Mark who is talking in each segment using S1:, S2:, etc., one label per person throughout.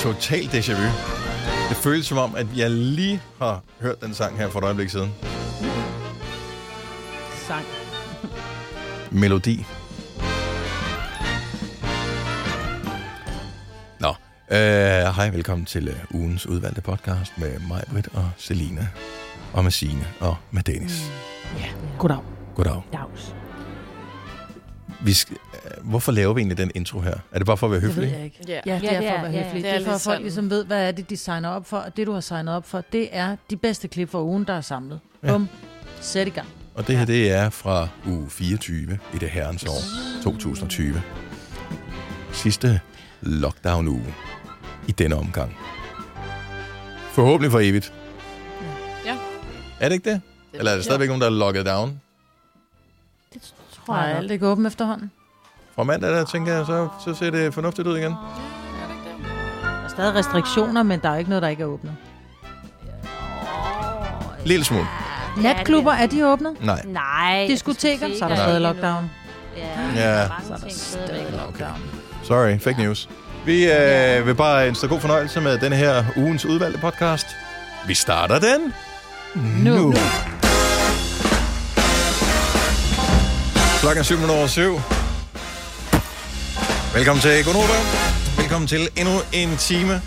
S1: totalt déjà vu. Det føles som om, at jeg lige har hørt den sang her for et øjeblik siden.
S2: Sang.
S1: Melodi. Nå, øh, hej, velkommen til øh, ugens udvalgte podcast med mig, Britt og Selina og med Signe og med Dennis.
S2: Goddag.
S1: Goddag.
S2: Dags.
S1: Vi skal, øh, hvorfor laver vi egentlig den intro her? Er det bare for at være
S3: Det ved
S1: høflig?
S3: jeg ikke.
S4: Ja.
S3: Ja, det
S2: Ja,
S3: er
S2: det
S3: for
S2: er-
S3: at være
S2: ja,
S4: det
S3: høflig. Det
S4: er
S3: er for,
S4: lidt
S3: at
S5: altså
S3: folk
S4: sådan.
S3: ligesom ved, hvad er det, de signer op for. Og det, du har signet op for, det er de bedste klip fra ugen, der er samlet.
S1: Ja.
S3: Ja. Bum. Sæt i gang.
S1: Og det her, det er fra uge 24 i det herrens år 2020. Sidste lockdown-uge i denne omgang. Forhåbentlig for evigt.
S4: Ja.
S1: Er det ikke det? Eller er der stadigvæk nogen, der er locked down?
S2: Det tror
S3: Nej,
S2: jeg
S3: er
S2: nok.
S3: alt ikke åbent efterhånden.
S1: Fra mandag, der tænker jeg, så, så ser det fornuftigt ud igen.
S3: Der er stadig restriktioner, men der er ikke noget, der ikke er åbnet.
S1: Lille smule.
S3: Natklubber, er de åbnet?
S1: Nej.
S2: Nej.
S3: Diskoteker, så er
S1: Nej.
S3: der stadig lockdown.
S1: Ja.
S2: Ja,
S3: Så er der
S2: stadig.
S3: stadig lockdown.
S1: Sorry, fake news. Vi øh, vil bare ønske dig god fornøjelse med denne her ugens udvalgte podcast. Vi starter den nu. nu. Klokken er syv minutter over syv. Velkommen til Gonova. Velkommen til endnu en time.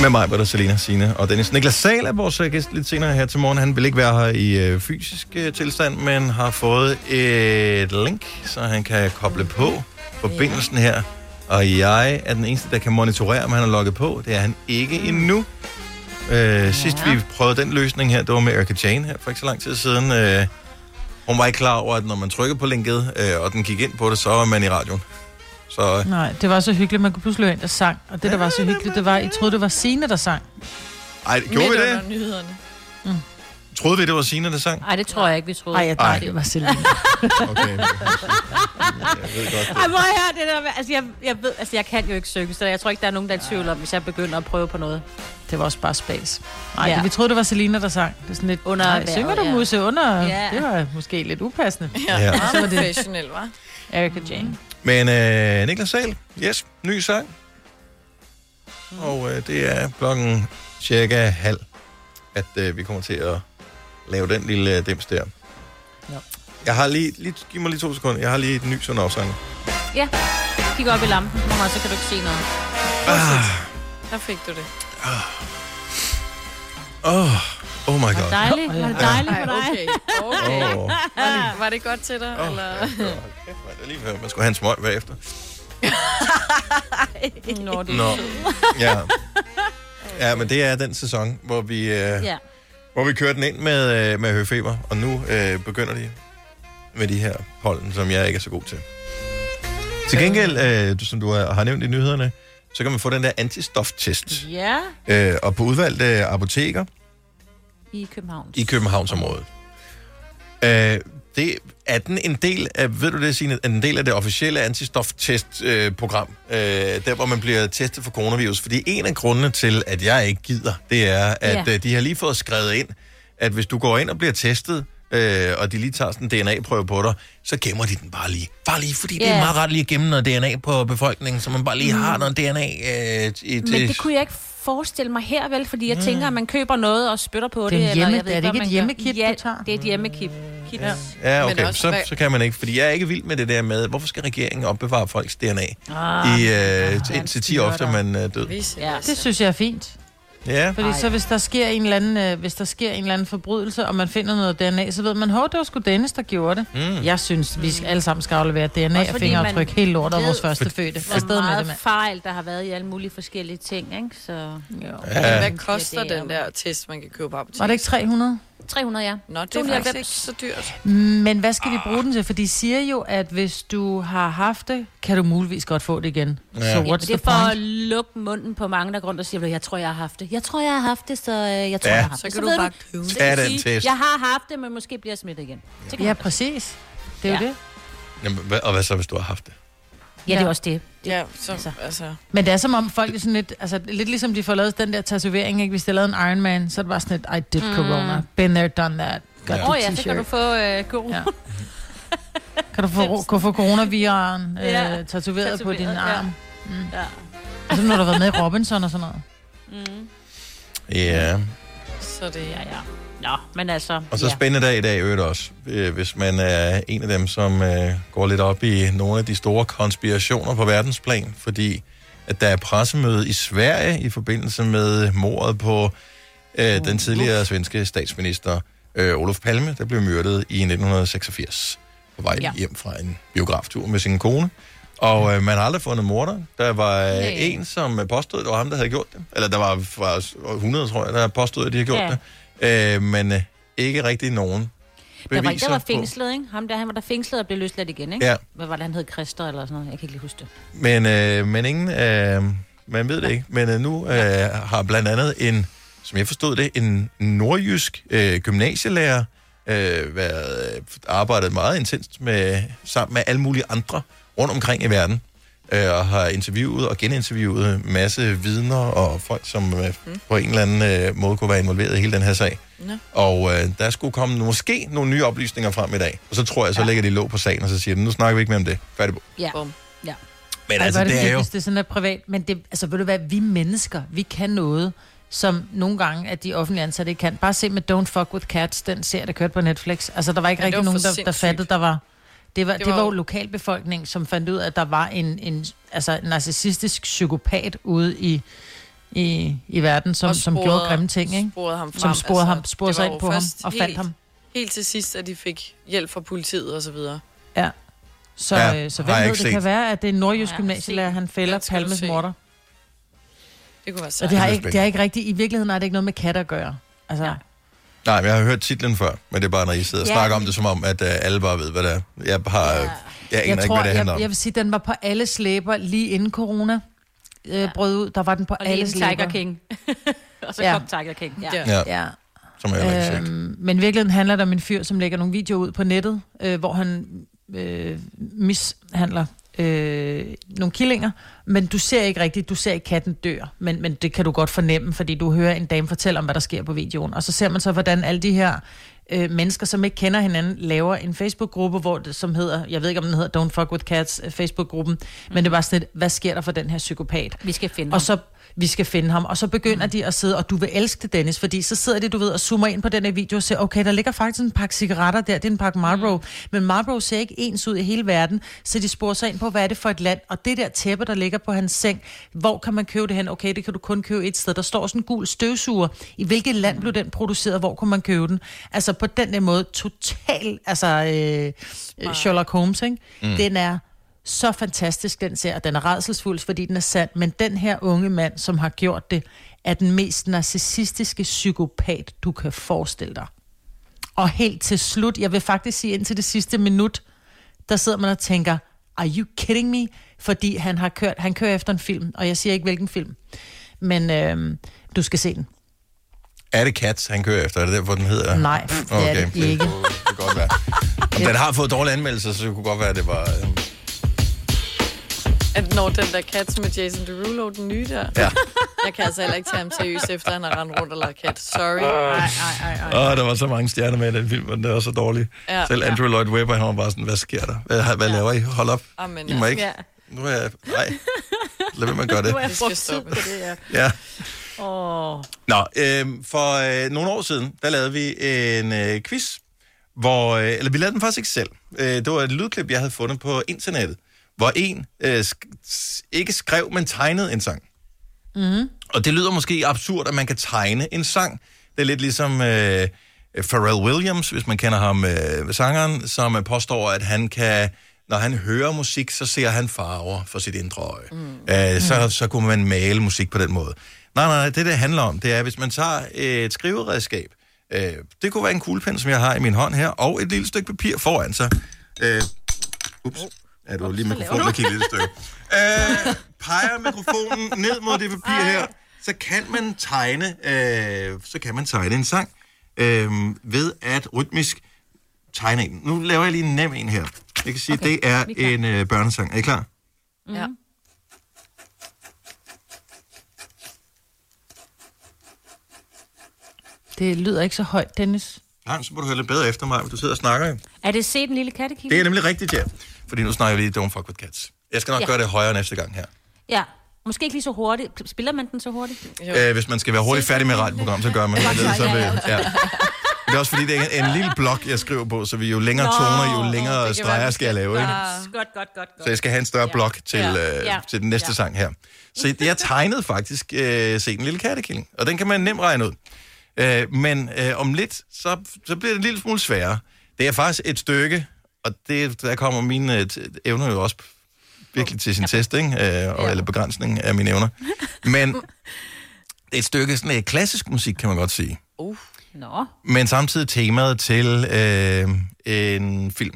S1: Med mig, Britta, Selina, Sine og Dennis. Niklas Sahl er vores øh, gæst lidt senere her til morgen. Han vil ikke være her i øh, fysisk øh, tilstand, men har fået et link, så han kan koble på forbindelsen her. Og jeg er den eneste, der kan monitorere, om han er logget på. Det er han ikke endnu. Øh, sidst vi prøvede den løsning her, det var med Erika Jane her for ikke så lang tid siden. Øh, hun var ikke klar over, at når man trykkede på linket, øh, og den gik ind på det, så var man i radioen. Så øh,
S3: Nej, det var så hyggeligt, man kunne pludselig ind og sang. Og det, der var så hyggeligt, det var, I troede, det var Signe, der sang.
S1: ej, gjorde vi det?
S4: under nyhederne.
S1: Troede vi, det var Signe, der sang?
S5: Nej, det tror jeg ikke, vi troede.
S3: Nej, jeg tror,
S1: Ej.
S3: det var Selina.
S1: Okay. Jeg ved godt,
S5: Ej, hvor er det der med, altså jeg, jeg ved, altså jeg kan jo ikke synge, så jeg tror ikke, der er nogen, der er i tvivl om, hvis jeg begynder at prøve på noget.
S3: Det var også bare spas. Nej,
S5: Ja.
S3: ja. vi troede, det var Selina, der sang. Det er sådan lidt,
S5: Under
S3: under nej,
S5: vejret,
S3: synger du
S5: ja.
S3: musse under?
S5: Ja.
S3: Det var måske lidt upassende.
S1: Ja. Ja.
S4: Meget
S3: Så var det-
S4: professionel, hva'?
S3: Erika Jane.
S1: Men øh, Niklas Sahl, yes, ny sang. Og øh, det er klokken cirka halv, at øh, vi kommer til at lave den lille øh, dims der.
S3: Ja.
S1: Jeg har lige, lige, giv mig lige to sekunder, jeg har lige et ny sådan afsang.
S5: Ja, kig op i lampen, Mama, så kan du ikke se noget.
S4: Ah. Der fik du det.
S1: Ah. Oh, oh my
S5: Var det
S1: god.
S5: dejligt? Var det dejligt
S4: Ej,
S5: for dig?
S4: okay. okay.
S1: Oh.
S4: Var, det, Ah, var det godt til dig?
S1: Åh,
S4: Eller?
S1: ja, så hold kæft, mand. Det er lige før, man skulle have en smøg bagefter.
S4: Når du...
S1: Nå. Ja. ja, men det er den sæson, hvor vi, øh, ja.
S5: Ja.
S1: hvor vi kører den ind med, øh, med høfeber, og nu øh, begynder de med de her pollen, som jeg ikke er så god til. Til gengæld, øh, du- som du har har nævnt i nyhederne, så kan man få den der antistoftest,
S5: Ja,
S1: øh, og på udvalgte apoteker
S5: i København.
S1: i Københavnsområdet. Øh, det, er den en del af, ved du det, Signe, er den en del af det officielle antistoftest-program, øh, der hvor man bliver testet for coronavirus? Fordi en af grundene til, at jeg ikke gider, det er, at
S5: Ja.
S1: øh, de har lige fået skrevet ind, at hvis du går ind og bliver testet, øh, og de lige tager sådan en DNA-prøve på dig, så gemmer de den bare lige. Bare lige, fordi yeah. det er
S5: Ja. Mm.
S1: meget rart lige at gemme noget DNA på befolkningen, så man bare lige har noget DNA. Øh, i,
S5: Men det kunne jeg ikke forestille mig her, vel? Fordi jeg tænker, at man køber noget og spytter på det.
S3: en
S5: eller
S3: hjemme-
S5: jeg ved
S3: er Mm. det
S5: hvad
S3: ikke
S5: man
S3: et
S5: gør.
S3: hjemmekit,
S5: ja,
S3: du tager?
S5: det er et hjemmekit. Kit. Ja.
S1: Ja,
S4: Men
S1: okay,
S4: også
S1: så,
S4: hvad-
S1: så kan man ikke, fordi jeg er ikke vild med det der med, hvorfor skal regeringen opbevare folks DNA ah,
S5: Ah,
S1: i, øh, til, indtil 10 år efter
S3: styrter.
S1: man er død?
S4: Vise.
S5: Ja.
S3: Det synes jeg er fint.
S1: Ja,
S3: Fordi
S5: Ej.
S3: så hvis der sker en eller anden, øh, hvis der sker en eller anden forbrydelse, og man finder noget DNA, så ved man, hov, det var sgu Dennis, der gjorde det. Mm. Jeg synes, vi skal alle sammen skal aflevere DNA
S5: Hmm. Også
S3: og
S5: fordi
S3: fingeraftryk
S5: man
S3: helt lort af
S5: ved,
S3: vores første fødte.
S5: Hvor
S3: Afsted med det,
S5: meget
S3: mand.
S5: fejl, der har været i alle mulige forskellige ting, ikke? Så
S4: Men
S1: ja.
S4: Hvad koster
S5: Ja, det er
S4: den
S5: jo-
S4: der test, man kan købe på apoteket?
S3: Var det ikke 300?
S5: 300, ja.
S4: Nå, det er faktisk ikke så dyrt.
S3: Men hvad skal vi bruge den til? For de siger jo, at hvis du har haft det, kan du muligvis godt få det igen. Ja. So
S5: Ja, men
S3: what's
S5: det
S3: the
S5: er for at
S3: point?
S5: lukke munden på mange, der går rundt og siger, jeg tror, jeg har haft det. Jeg tror, jeg har haft det, så øh, jeg tror,
S1: Ja.
S5: ja. jeg har haft
S4: Så
S5: det.
S4: kan du
S5: ved
S4: bare købe
S5: Så
S4: det.
S1: Tag
S5: kan du
S1: den
S5: sige,
S1: test.
S5: Jeg har haft det, men måske bliver jeg smittet igen. Så kan
S3: Ja,
S5: ja.
S3: præcis. Det er jo
S5: Ja.
S3: det.
S1: Jamen, hvad, og hvad så, hvis du har haft det?
S5: ja, det
S3: Ja.
S5: er også det.
S4: Ja, så,
S5: altså.
S4: altså.
S3: Men det er som om folk er sådan lidt, altså lidt ligesom de får lavet den der tatovering, ikke? Hvis de lavede en Iron Man, så er det bare sådan lidt, I did corona, been there, done that.
S1: Ja.
S3: Got ja. the
S5: Åh oh, Mm. ja, så kan
S3: t-shirt.
S5: du få øh, god.
S3: Ja. Kan du få, kan få coronaviren øh,
S5: Ja,
S3: tatoveret på din
S5: tatoveret, ja.
S3: arm?
S5: Ja.
S3: Ligesom når du har været med i Robinson og sådan noget.
S5: Mm.
S1: Ja.
S5: Så det er ja. Nå, men altså...
S1: Og så
S5: ja.
S1: spændende dag i dag i øvrigt også. Øh, Hvis man er en af dem, som øh, går lidt op i nogle af de store konspirationer på verdensplan, fordi at der er pressemøde i Sverige i forbindelse med mordet på øh, den tidligere svenske statsminister øh, Olof Palme, der blev myrdet i 1986 på vej
S5: Ja.
S1: hjem fra en biograftur med sin kone. Og øh, man har aldrig fundet morder. Der var øh,
S5: Nej.
S1: en, som øh, påstod, at det var ham, der havde gjort det. Eller der var, var 100, tror jeg, der påstod, at de havde gjort
S5: Ja.
S1: det. Øh, men øh, ikke rigtig nogen
S5: Der var,
S1: beviser
S5: der var
S1: på-
S5: fængslet, ikke? Ham der, han var der fængslet og blev løsladt igen, ikke?
S1: Ja.
S5: Hvad var det, han hed? Christer eller sådan noget? Jeg kan ikke lige huske det.
S1: Men, øh, men ingen, øh, man ved det ikke, men øh, nu øh, har blandt andet en, som jeg forstod det, en nordjysk øh, gymnasielærer øh, været, øh, arbejdet meget intenst med, sammen med alle mulige andre rundt omkring i verden, øh, og har interviewet og geninterviewet en masse vidner og folk, som øh,
S5: Mm.
S1: på en eller anden øh, måde kunne være involveret i hele den her sag.
S4: Nå.
S1: Og øh, der skulle komme måske nogle nye oplysninger frem i dag, og så tror jeg, så lægger de låg på sagen, og så siger de, nu snakker vi ikke mere om det. Færdig på.
S5: Ja.
S4: Bum.
S1: Men
S3: Ej,
S1: altså,
S3: altså, det,
S1: det er jo...
S3: det er sådan noget privat. Men det, altså, ved du hvad, vi mennesker, vi kan noget, som nogle gange, at de offentlige ansatte ikke kan. Bare se med Don't Fuck With Cats, den serie, der kørte på Netflix. Altså, der var ikke
S4: Ja, det
S3: rigtig
S4: var
S3: nogen,
S4: for
S3: der, der
S4: sindssygt.
S3: fattede, der var... Det var, det
S4: Det
S3: var,
S4: var
S3: jo
S4: jo-
S3: lokalbefolkningen, som fandt ud af, at der var en, en altså, en narcissistisk psykopat ude i, i, i verden, som,
S4: Og
S3: som
S4: sporede-
S3: gjorde grimme ting, ikke?
S4: Sporede ham frem.
S3: Som sporede,
S4: altså,
S3: ham, sporede
S4: det
S3: sig
S4: var
S3: ind
S4: jo
S3: på ham
S4: først
S3: og fandt
S4: helt,
S3: ham.
S4: Helt til sidst, at de fik hjælp fra politiet og så videre.
S3: Så,
S1: Ja,
S3: ja, så
S1: har
S3: hvem
S1: jeg
S3: ved,
S1: ikke
S3: det
S1: set.
S3: kan være, at det er en nordjysk
S5: Ja,
S3: gymnasielærer,
S5: se.
S3: han fælder
S4: Den skal du
S3: Palmes
S4: se.
S3: morter.
S4: Det kunne være sejt.
S3: Og det har,
S1: Det er
S3: ikke, det
S1: spændende.
S3: er ikke rigtigt. I virkeligheden har det ikke noget med katte at gøre. Altså,
S5: Nej.
S1: Nej, men jeg har hørt titlen før, men det er bare, når I sidder og
S5: Ja.
S1: snakker om det, som om, at uh, alle bare ved, hvad det er. Jeg, har,
S5: Ja.
S1: jeg aner
S3: jeg
S1: ikke,
S3: tror,
S1: hvad det handler
S3: jeg,
S1: om.
S3: jeg vil sige, den var på alle slæber lige inden corona øh,
S5: Ja.
S3: brød ud. Der var den på
S5: Og lige
S3: alle
S5: en
S3: slæber.
S5: Tiger King. og så
S3: Ja.
S5: kom Tiger King. Ja.
S4: Ja.
S1: Ja,
S3: Ja.
S1: som jeg heller ikke set.
S3: Øhm, men i virkeligheden handler det om en fyr, som lægger nogle videoer ud på nettet, øh, hvor han øh, mishandler øh, nogle killinger, men du ser ikke rigtigt, du ser ikke katten dør, men, men det kan du godt fornemme, fordi du hører en dame fortælle om, hvad der sker på videoen, og så ser man så, hvordan alle de her øh, mennesker, som ikke kender hinanden, laver en Facebook-gruppe, hvor det, som hedder, jeg ved ikke, om den hedder Don't Fuck With Cats, øh, Facebook-gruppen, men det var sådan et, hvad sker der for den her psykopat?
S5: Vi skal finde
S3: Og så vi skal finde ham. Og så begynder mm. de at sidde, og du vil elske det, Dennis, fordi så sidder de, du ved, og zoomer ind på den her video og siger, okay, der ligger faktisk en pakke cigaretter der, det er en pakke Marlboro. Mm. Men Marlboro ser ikke ens ud i hele verden, så de sporer sig ind på, hvad er det for et land? Og det der tæppe, der ligger på hans seng, hvor kan man købe det hen? Okay, det kan du kun købe et sted. Der står sådan en gul støvsuger. I hvilket land blev den produceret? Hvor kunne man købe den? Altså på den der måde, total, altså øh, øh, Sherlock Holmes, ikke? Mm. Den er så fantastisk, den ser, og den er redselsfuld, fordi den er sand, men den her unge mand, som har gjort det, er den mest narcissistiske psykopat, du kan forestille dig. Og helt til slut, jeg vil faktisk sige indtil det sidste minut, der sidder man og tænker, are you kidding me? Fordi han har kørt, han kører efter en film, og jeg siger ikke, hvilken film. Men øhm, du skal se den.
S1: Er det Cats, han kører efter? Er det derfor, den hedder?
S3: Nej, det er det ikke.
S1: Det, kunne- det kunne godt være. Om den har fået dårlige anmeldelser, så det kunne godt være, at det var... øh,
S4: At når den der Cats med Jason Derulo, den nye der.
S1: Ja.
S4: Jeg kan altså heller ikke tage ham seriøst, efter han har rendt rundt og lavet Cats. Sorry. Nej, nej, nej.
S1: Åh, der var så mange stjerner med i den film, men det var så dårligt.
S4: Ja.
S1: Selv Andrew Lloyd Webber, han var bare sådan, hvad sker der? Hvad, hvad laver I? Hold op.
S4: Amen,
S1: Ah. I må
S4: altså.
S1: ikke...
S5: Ja.
S1: Nu er jeg... Nej. Lad være med at gøre det.
S5: Nu er
S4: Det skal
S5: brugt tid
S4: stoppe.
S5: på det, ja.
S1: Ja.
S5: Åh,
S1: Nå, øh, for øh, nogle år siden, der lavede vi en øh, quiz, hvor, øh, eller vi lavede den faktisk ikke selv. Øh, det var et lydklip, jeg havde fundet på internettet, hvor en øh, sk- s- ikke skrev, men tegnede en sang. Og det lyder måske absurd, at man kan tegne en sang. Det er lidt ligesom øh, Pharrell Williams, hvis man kender ham, øh, sangeren, som øh, påstår, at han kan, når han hører musik, så ser han farver for sit indre øje. Mm. Øh, så, så kunne man male musik på den måde. Nej, nej, nej, det det handler om, det er, hvis man tager et skriveredskab, øh, det kunne være en kuglepen, som jeg har i min hånd her, og et lille stykke papir foran sig. Øh, ups, er du lige mikrofonen og kigge lidt stykke? Øh, peger mikrofonen ned mod det papir her, så kan man tegne, øh, så kan man tegne en sang øh, ved at rytmisk tegne en. Nu laver jeg lige en nem en her. Jeg kan sige, okay, det er,
S5: vi er klar.
S1: en øh, børnesang. Er I klar?
S3: Mhm.
S4: Ja.
S3: Det lyder ikke så højt, Dennis.
S1: Nej, så må du høre lidt bedre efter mig, for du sidder og snakker. jo.
S5: Er det se den lille kattekilde?
S1: Det er nemlig rigtigt, ja. Fordi nu snakker vi lige Don't Fuck With Cats. Jeg skal nok ja.
S5: Ja.
S1: gøre det højere næste gang her.
S5: Ja. Måske ikke lige så hurtigt. P- Spiller man den så hurtigt?
S1: Øh, hvis man skal være hurtigt færdig med et radioprogram, så gør man det. Ellers Så vil, ja. Det er også fordi, det er en, en lille blok, jeg skriver på, så vi jo længere
S5: Nå,
S1: toner, jo
S4: det
S1: længere
S4: kan
S1: streger
S4: være,
S1: skal jeg lave. Ikke?
S5: Godt, godt, godt, godt.
S1: Så jeg skal have en større blok til,
S5: Ja.
S1: øh,
S5: Ja.
S1: til den næste
S5: Ja.
S1: sang her. Så jeg tegnede faktisk øh, se en lille kattekilling, og den kan man nemt regne ud. Øh, men øh, om lidt, så, så bliver det en lille smule sværere. Det er faktisk et stykke, og det, der kommer mine øh, t- evner jo også virkelig til sin test, ikke? Øh, og, eller begrænsning af mine evner. Men det er et stykke sådan, øh, klassisk musik, kan man godt sige.
S4: Uh,
S5: Nå,
S1: Men samtidig temaet til øh, en film.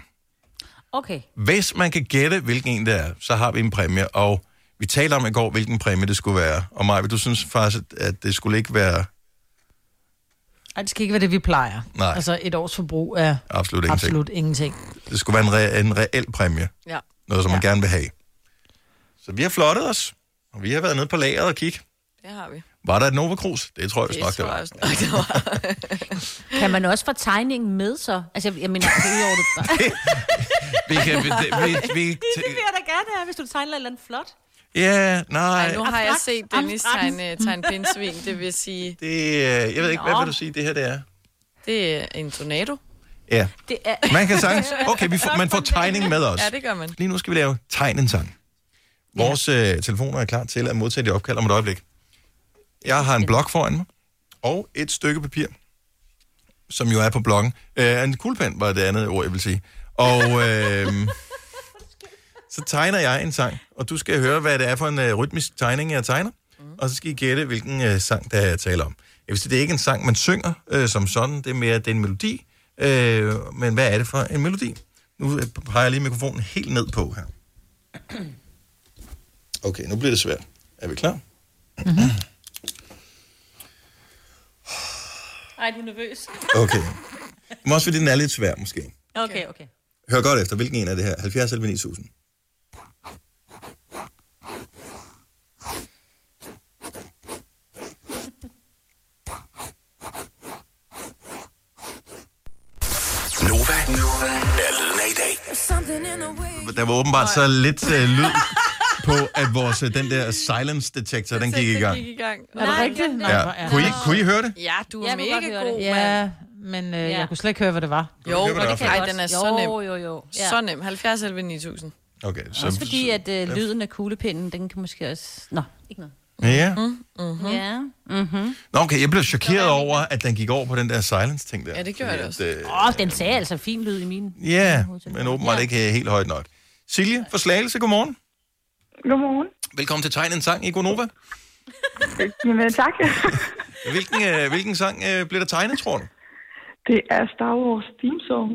S5: okay.
S1: Hvis man kan gætte, hvilken en det er, så har vi en præmie, og vi talte om i går, hvilken præmie det skulle være. Og Maja, du synes faktisk, at det skulle ikke være
S3: Ej, det skal ikke være det, vi plejer.
S1: Nej.
S3: Altså et års forbrug er
S1: absolut ingenting. Absolut.
S3: absolut ingenting.
S1: Det skulle være en, re- en reel præmie.
S4: ja.
S1: Noget, som ja. man gerne vil have. Så vi har flottet os, og vi har været nede på lageret og kigge.
S4: Det har vi.
S1: Var der et Nova Cruz? Det tror jeg, vi
S4: Det
S1: snakkede
S4: tror jeg
S1: om.
S4: også. nok, det var.
S5: Kan man også få tegningen med så? Altså, jeg, jeg mener, det er udover det.
S1: Vi kan... Vi, vi, vi, t-
S5: jeg da gerne have, hvis du tegner et eller andet flot.
S1: ja, nej.
S4: Ej, nu har jeg
S5: Abstrakt.
S4: set Dennis
S5: Abstrakt.
S4: tegne, tegne pindsvin. Det vil sige,
S1: Det, øh, jeg ved ikke, hvad vil du sige, det her det er?
S4: det er en tornado.
S1: Ja.
S5: Det er...
S1: Man kan sagtens... Okay, vi får, man får tegning med os.
S4: Ja, det gør man.
S1: Lige nu skal vi lave tegn en sang. Vores øh, telefoner er klar til at modtage det opkald om et øjeblik. Jeg har en blok foran mig, og et stykke papir, som jo er på bloggen. Øh, en kuglepen var det andet ord, jeg vil sige. Og øh, så tegner jeg en sang, og du skal høre, hvad det er for en øh, rytmisk tegning, jeg tegner. Og så skal I gætte, hvilken øh, sang, der er tale om. Jeg vil sige, det er ikke en sang, man synger øh, som sådan. Det er mere, det er en melodi. Øh, men hvad er det for en melodi? Nu øh, peger jeg lige mikrofonen helt ned på her. Okay, nu bliver det svært. Er vi klar?
S5: Ej, du er nervøs.
S1: Okay. Men også fordi den er lidt svær, måske.
S5: Okay, okay.
S1: Hør godt efter, hvilken en er det her? 70 eller 9000?
S6: Nova. Er lyden af i dag.
S1: Der var åbenbart så lidt uh, lyd på, at vores, øh, den der silence detector, den gik i gang.
S4: Gik i gang.
S3: Er det rigtigt? Nej, hvor
S1: Ja.
S3: er
S1: Kunne, I,
S3: det-
S1: kunne I høre det?
S4: Ja, du er
S5: Jeg
S4: ja,
S5: kunne godt
S4: mega
S5: høre
S4: god, mand.
S3: Ja, men øh, jeg kunne slet ikke høre, hvad det var.
S4: Jo,
S1: Det kan man
S4: det
S1: godt.
S4: kan Ej, den er
S5: jo,
S4: så nem.
S5: Jo, jo, jo. Ja.
S4: Så nem. 70 eller 9000.
S1: Okay, så...
S5: Også fordi, at øh, lyden af kuglepinden, den kan måske også... Nå, ikke noget.
S1: Ja.
S5: Mm-hmm. Ja. Mm-hmm.
S1: Nå, okay, jeg blev chokeret over, at den gik over på den der silence-ting der.
S4: Ja, det gjorde jeg også.
S1: At, øh,
S5: Åh, oh, den sagde altså fin lyd i min.
S1: Ja, men åbenbart ja. ikke øh, helt højt nok. Silje fra Slagelse, godmorgen.
S7: Godmorgen.
S1: Velkommen til Tegn en Sang i Gonova.
S7: Jamen, tak.
S1: Hvilken, øh, hvilken sang øh, blev der tegnet, tror du?
S7: Det er Star Wars theme song.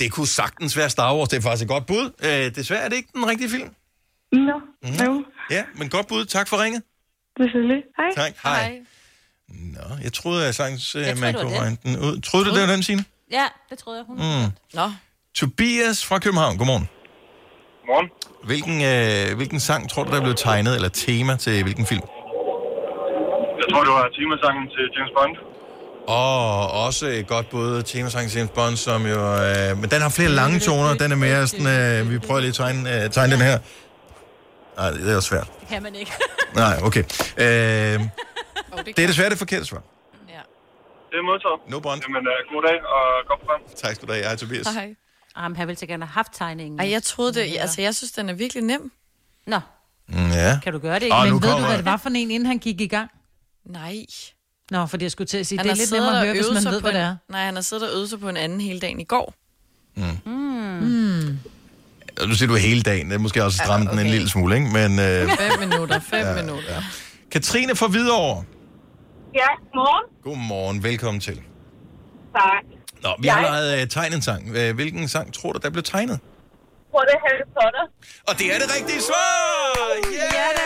S1: Det kunne sagtens være Star Wars. Det er faktisk et godt bud. Øh, desværre er det ikke den rigtige film.
S7: Nå,
S1: Mhm.
S7: jo,
S1: Ja, men godt bud. Tak for ringet.
S7: selvfølgelig. Hej.
S1: Tak. Hej. Nå, jeg troede, at sagtens, øh,
S5: troede,
S1: man
S5: det var
S1: kunne
S5: den.
S1: regne den ud. Troede du, det var den, Signe?
S5: Ja, det troede jeg. Hun. Mm.
S4: Nå,
S1: Tobias fra København, godmorgen.
S8: Morgen.
S1: Hvilken, øh, hvilken sang tror du, der blev tegnet, eller tema til hvilken film?
S8: Jeg tror, det var temasangen til James Bond.
S1: Og også et godt både temasangen til James Bond, som jo... Øh, men den har flere lange toner, den er mere sådan... Øh, vi prøver lige at tegne, øh, tegne den her. Nej, det er også svært.
S5: Det kan man ikke.
S1: Nej, okay.
S4: oh,
S1: Øh,
S4: det
S1: det er
S4: kan.
S1: desværre det forkerte svar.
S4: Ja.
S8: Det er modtaget.
S1: No bond.
S8: Jamen, uh, god dag og godt program.
S1: Tak skal du have. Hej, Tobias.
S4: Hej.
S5: Jamen, han ville så gerne have haft tegningen.
S4: Ej, jeg troede det. Altså, jeg synes, den er virkelig nem.
S5: Nå,
S1: Mm, Ja.
S5: kan du gøre det ikke?
S1: Åh,
S5: Men
S1: nu
S3: Men ved du,
S1: kommer-
S3: hvad det var for en, inden han gik i gang?
S4: Nej.
S3: Nå, fordi jeg skulle til at sige,
S4: Han
S3: det er
S4: har
S3: lidt
S4: siddet
S3: nemmere
S4: og
S3: at høre, hvis
S4: øvet
S3: man
S4: sig
S3: ved,
S4: på
S3: hvad det
S4: en-
S3: er.
S4: Nej, han har siddet og øvet sig på en anden hele dagen i går.
S1: Nu siger du hele dagen. Det er måske også stramme den en
S4: okay.
S1: lille smule, ikke? Men øh,
S4: 5 minutter, 5 ja, minutter. Ja.
S1: Katrine fra Hvidovre.
S7: Ja, morgen.
S1: Godmorgen. Velkommen til.
S7: Tak.
S1: Nå, vi har lejet øh, tegn en sang. Øh, Hvilken sang tror du, der blev tegnet?
S7: Tror det er Harry Potter?
S1: Og det er det rigtige svar! Yeah!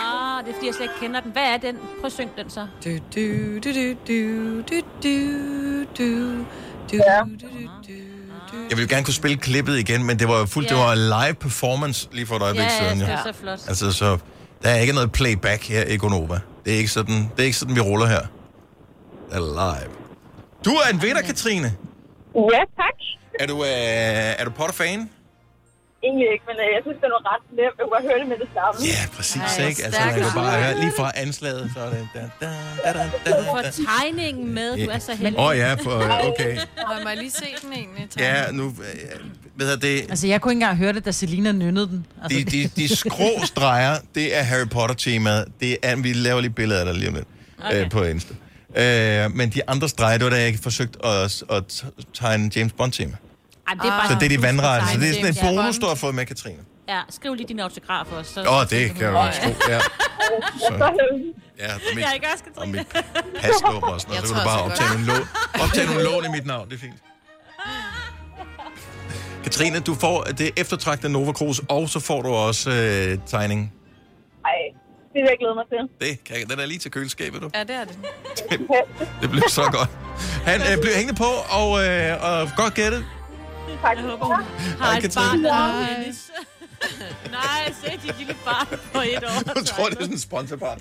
S5: Ah, det er fordi, jeg slet ikke kender den. Hvad er den? Prøv at synge den så.
S4: Du, du, du, du, du, du, du, du, du, du, du, du, du.
S1: Jeg ville gerne kunne spille klippet igen, men det var jo fuldt, yeah. det
S5: Ja.
S1: var live performance lige for et øjeblik
S5: Ja, ja,
S1: siden.
S5: det
S1: Ja.
S5: er så flot.
S1: Altså, så der er ikke noget playback her i Gonova. Det er ikke sådan, det er ikke sådan vi ruller her. Det er live. Du er en vinder, Katrine.
S7: Ja, tak.
S1: Er du, øh, er du Potter-fan?
S7: Egentlig ikke, men øh, jeg synes, den var ret nem. Jeg kunne bare høre det med det samme.
S1: Ja, præcis,
S5: Ej,
S1: ikke? Altså,
S5: stærk
S1: man kan bare
S5: arm.
S1: høre lige fra anslaget, så er det... Da, da, da, da, da,
S5: For
S1: da.
S5: tegningen med, du er så heldig.
S1: Åh oh, ja, for, okay.
S4: Og må jeg lige se den egentlig? Tak.
S1: Ja, nu... øh, Ved jeg, det,
S3: Altså, jeg kunne ikke engang høre det, da Selina nynnede den. Altså,
S1: de, de, de skrå streger, det er Harry Potter-temaet. Det er, vi laver lige billeder af dig lige om lidt okay. øh, på Insta. Øh, men de andre streger, det var da jeg forsøgte at, at tegne James Bond-tema.
S5: Ej, det er bare
S1: Så det er de vandrette. Så det er sådan
S5: James
S1: et bonus,
S5: Bond.
S1: du har fået med, Katrine. Åh,
S5: Ja, skriv lige din autograf også. så-
S1: oh, det kan du også tro. Ja.
S7: Så,
S1: Så,
S7: øh,
S1: ja, og mit,
S5: Jeg er ikke også,
S1: og
S5: Katrine.
S1: mit pasnummer og sådan
S4: Jeg
S1: noget.
S4: tror
S1: Så kan du bare
S4: også,
S1: optage nogle, lån, optage nogle lån i mit navn. Det er fint. Katrine, du får det eftertragtede Nova Cruz, og så får du også øh, tegning.
S7: ej, det vil jeg glæde mig til.
S1: Det kan, den er lige til køleskabet, du.
S4: Ja, det er det.
S1: Det blev så godt. Han øh, blev hængende på, og, øh, og godt gættet.
S7: Tak.
S5: Har et
S1: Katrine.
S5: barn, der hedder Dennis. Nej, se dit lille barn på et år.
S1: Jeg tror, det er sådan en sponsorpart.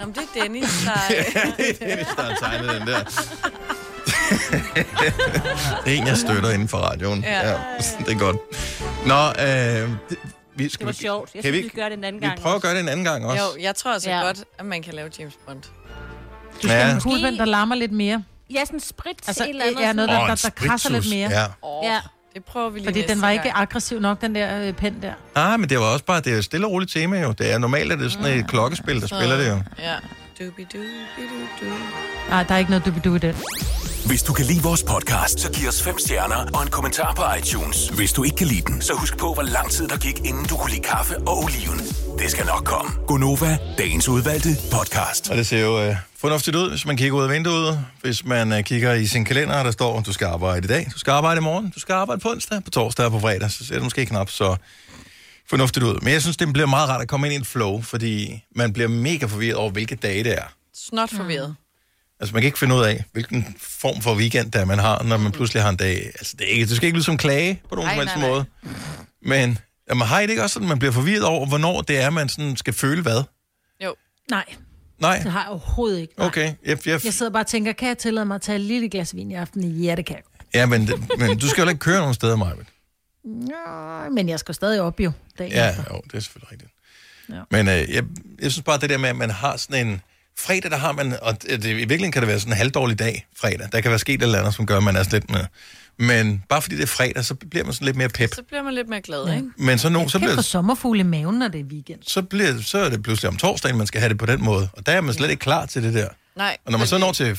S4: Nå, men det er Dennis, der...
S1: Dennis, der har tegnet den der. det er en, jeg støtter inden for radioen.
S4: Ja.
S1: det er godt. Nå, øh, det, vi, skal
S5: Det var sjovt. Jeg
S1: kan
S5: synes, vi
S1: ikke-
S5: gør det en anden
S1: vi
S5: gang.
S1: prøver at gøre det en anden gang også.
S4: Jo, jeg tror altså
S5: Ja.
S4: godt, at man kan lave James Bond.
S3: du skal
S1: Ja.
S3: ja. en kuglepind, der larmer lidt mere.
S5: Ja, sådan sprit
S3: Altså,
S5: altså, et eller andet.
S3: ja, noget,
S5: sådan-
S1: Åh, en
S3: der- der krasser lidt
S1: sprittus,
S3: mere.
S1: Ja.
S4: Åh,
S5: Ja.
S4: Det prøver vi lige
S3: Fordi
S4: næste
S3: den var
S4: gang.
S3: ikke aggressiv nok, den der øh, pind der.
S1: Nej, Ah, men det var også bare, det er et stille og roligt tema jo. Det er normalt, at det er sådan et klokkespil, der spiller det jo.
S4: Ja. Doobie-doo-bidoo-doo.
S3: Nej, der er ikke noget dubidu i den.
S6: Hvis du kan lide vores podcast, så giv os fem stjerner og en kommentar på iTunes. Hvis du ikke kan lide den, så husk på, hvor lang tid der gik, inden du kunne lide kaffe og oliven. Det skal nok komme. Gonova, dagens udvalgte podcast.
S1: Og det ser jo øh, fornuftigt ud, hvis man kigger ud af vinduet. Hvis man øh, kigger i sin kalender, og der står, du skal arbejde i dag, du skal arbejde i morgen, du skal arbejde på onsdag, på torsdag og på fredag, så ser det måske knap så fornuftigt ud. Men jeg synes, det bliver meget rart at komme ind i et flow, fordi man bliver mega forvirret over, hvilke dage det er.
S4: Snot forvirret.
S1: Altså, man kan ikke finde ud af, hvilken form for weekend, der man har, når man pludselig har en dag. Altså, det, er ikke, det skal ikke lyde som klage på nogen
S4: Ej,
S1: som helst
S4: nej, nej.
S1: måde. Men jamen, har I det ikke også sådan, at man bliver forvirret over, hvornår det er, man sådan skal føle hvad?
S5: Mm.
S4: Jo.
S2: Nej,
S1: Nej?
S2: det har jeg overhovedet ikke. Nej.
S1: Okay. Jeg, jeg,
S2: Jeg sidder bare og tænker, kan jeg tillade mig at tage et lille glas vin i aften? Ja, det kan jeg.
S1: Ja, men, men du skal jo heller ikke køre nogen steder, Marvind.
S2: Nå, men jeg skal stadig op jo dagen
S1: Ja,
S2: efter.
S1: jo, det er selvfølgelig rigtigt. Ja.
S2: Ja.
S1: Men øh, jeg, jeg synes bare, det der med, at man har sådan en... Fredag, der har man... Og det, i virkeligheden kan det være sådan en halvdårlig dag, fredag. Der kan være sket et eller andet, som gør, at man er sådan lidt med. Men bare fordi det er fredag, så bliver man sådan lidt mere pep.
S4: Så bliver man lidt mere glad, ikke?
S1: Men så, no, så,
S2: Kan jeg få
S1: bliver,
S2: sommerfugle i maven, når det er weekend?
S1: så, bliver, så er det pludselig om torsdagen, man skal have det på den måde. Og der er man slet ikke klar til det der.
S4: Nej.
S1: Og når man så når til,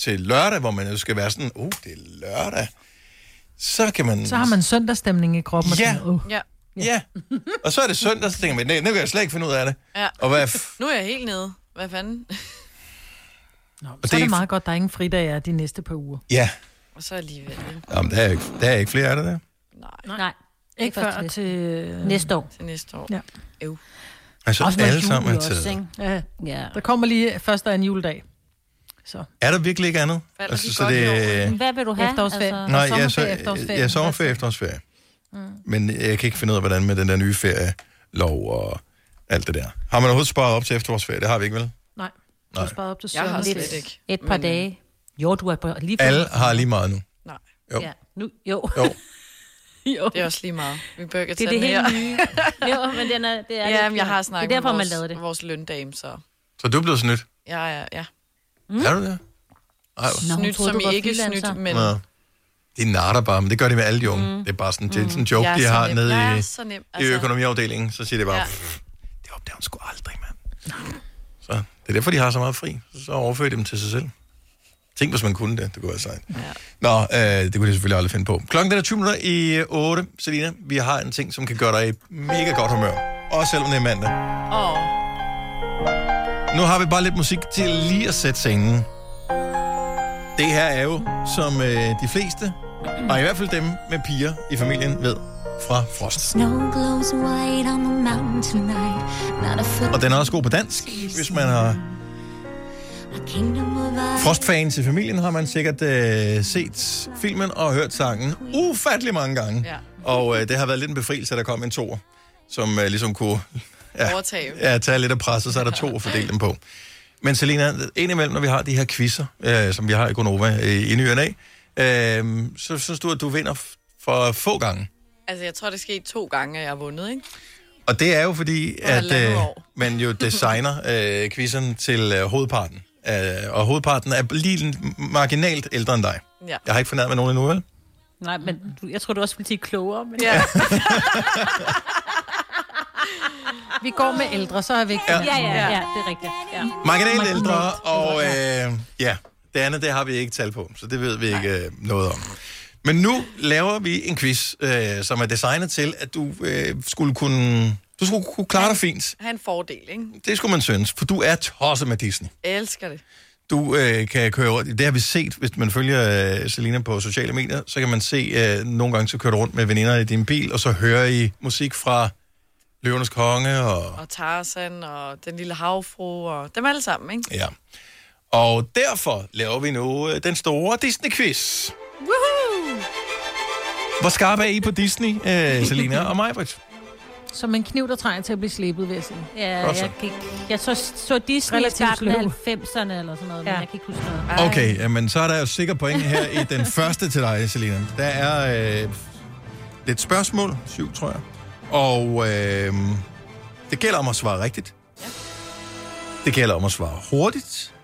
S1: til lørdag, hvor man jo skal være sådan, uh, det er lørdag, så kan man...
S2: Så har man søndagsstemning i kroppen. og
S1: Ja.
S2: tænker, "Åh,
S4: Ja.
S1: Ja. Og så er det søndag, så tænker man, nej, nu kan jeg slet ikke finde ud af det.
S4: Ja.
S1: Og, hvad, f-
S4: Nu er jeg helt nede. Hvad fanden?
S2: Nå, så
S1: det
S2: det er
S1: er-
S2: det meget godt, der er ingen fridag er de næste par uger.
S1: ja.
S4: Og så alligevel. ikke?
S1: Jamen, der er, ikke, der er ikke flere af det der.
S5: Nej,
S2: Ikke
S5: først
S2: før
S5: til
S2: til...
S5: næste år.
S4: Til næste år.
S2: Ja.
S4: Øv.
S1: Altså,
S5: Også
S1: Også
S5: noget
S1: alle sammen er
S5: jul også,
S1: taget.
S5: ikke?
S3: øh,
S2: Ja,
S5: Ja.
S2: der kommer lige først af en juledag. Så
S1: Er der virkelig ikke andet? Altså,
S4: Falder de
S1: så
S4: godt i
S1: det...
S5: Hvad vil du have?
S2: efterårsferie. Altså...
S1: Nej,
S2: sommerferie,
S1: ja, så,
S2: efterårsferie.
S1: ja, sommerferie, efterårsferie. Mm. Men jeg kan ikke finde ud af, hvordan med den der nye ferielov og alt det der. Har man overhovedet sparet op til efterårsferie? Det har vi ikke, vel?
S2: nej, du
S1: Nej.
S2: har sparet op til
S4: Jeg har
S2: søndag.
S4: slet ikke. øh,
S5: Et par dage. Jo, du er på lige for...
S1: Alle har lige meget nu.
S4: Nej.
S1: Jo.
S5: Ja, nu, jo.
S1: Jo.
S5: jo.
S4: Det er også lige meget. Vi bør ikke
S5: Det er
S4: tage
S5: det
S4: den
S5: hele
S4: her.
S5: nye. Jo, men den er, det er
S4: Ja,
S5: lidt
S4: men jeg har
S5: fjollet.
S4: snakket
S5: Det er derfor,
S4: med
S5: man
S4: vores,
S5: lavede det.
S4: vores løndame, så...
S1: Så du er blevet snydt.
S4: Ja, ja, ja.
S1: Mm. Er du det? Ej, hvor-
S5: Nå, hun
S4: Snydt,
S5: troede,
S4: som
S5: du
S4: I
S5: var
S4: ikke
S5: freelancer.
S4: snydt, men...
S1: Nå. De narter bare, men det gør de med alle de unge. Mm. Det er bare sådan, det er sådan en joke,
S4: Jeg er
S1: de
S4: så
S1: har
S4: nem.
S1: nede
S4: Jeg
S1: i...
S4: er så nem.
S1: i
S9: Altså,
S1: økonomiafdelingen, så siger det bare, Altså- ja.
S4: Ja.
S1: det opdager hun sgu aldrig, mand. Så det er derfor, de har så meget fri. Så overfører de dem til sig selv. Tænk, hvis man kunne det. Det kunne være sejt. Ja. Nå, øh, det kunne de selvfølgelig aldrig finde på. Klokken den er 20 minutter i øh, 8. Selina, vi har en ting, som kan gøre dig i mega godt humør. Også selvom det er mandag.
S4: Åh,
S1: Nu har vi bare lidt musik til lige at sætte scenen. Det her er jo, som øh, de fleste, og i hvert fald dem med piger i familien, ved fra Frost.
S10: Snow glows white on the mountain tonight. Not a foot.
S1: Og den er også god på dansk, hvis man har
S10: A kingdom of ice.
S1: Frostfans i familien har man sikkert øh, set filmen og hørt sangen ufattelig mange gange.
S4: Ja.
S1: Og øh, det har været lidt en befrielse, at der kom en toer, som øh, ligesom kunne ja,
S4: overtage.
S1: ja, tage lidt af presset, så er der to at fordele dem på. Men Selina, indimellem, når vi har de her quizzer, øh, som vi har i Gonova øh, i ny og næ, øh, så synes du, at du vinder f- for få gange.
S9: Altså, jeg tror, det skete to gange, at jeg har vundet, ikke?
S1: Og det er jo fordi, at
S9: halvandet
S1: øh,
S9: år.
S1: man jo designer øh, quizzen til øh, hovedparten. Øh, og hovedparten er lige lidt marginalt ældre end dig.
S9: Ja.
S1: Jeg har ikke fornærmet nogen endnu, vel?
S5: Nej, men du, jeg tror, du også ville sige klogere. Men...
S9: Ja.
S3: Vi går med ældre, så er vi ikke...
S5: Ja, ja, ja, ja, det er rigtigt. Ja.
S1: Marginalt
S3: Marginalt
S1: ældre, og øh, ja, det andet, det har vi ikke tal på, så det ved vi ikke øh, noget om. Men nu laver vi en quiz, øh, som er designet til, at du øh, skulle kunne... Du skulle kunne klare dig fint.
S9: Har en fordel, ikke?
S1: Det skulle man synes, for du er tosset med Disney.
S9: Jeg elsker det.
S1: Du øh, kan køre rundt, det har vi set, hvis man følger øh, Selina på sociale medier, så kan man se, øh, nogle gange så kører du rundt med veninder i din bil, og så hører I musik fra Løvenes Konge og...
S9: Og Tarzan, og den lille havfru, og dem alle sammen, ikke?
S1: Ja. Og derfor laver vi nu øh, den store Disney-quiz.
S9: Woohoo!
S1: Hvor skarpe er I på Disney, øh, Selina og Majbrit?
S3: Som en kniv, der trænger til at blive slebet, vil jeg sige.
S5: Ja,
S1: Godt så.
S5: jeg, gik, jeg så, så Disney i
S3: Relativt
S5: starten af
S3: sløv.
S5: 90'erne eller sådan noget, ja.
S3: Ja.
S5: men jeg kan ikke huske noget.
S1: Okay, jamen, så er der jo sikker point her i den første til dig, Selina. Der er øh, lidt spørgsmål, syv tror jeg, og øh, det gælder om at svare rigtigt. Det gælder om at svare hurtigt,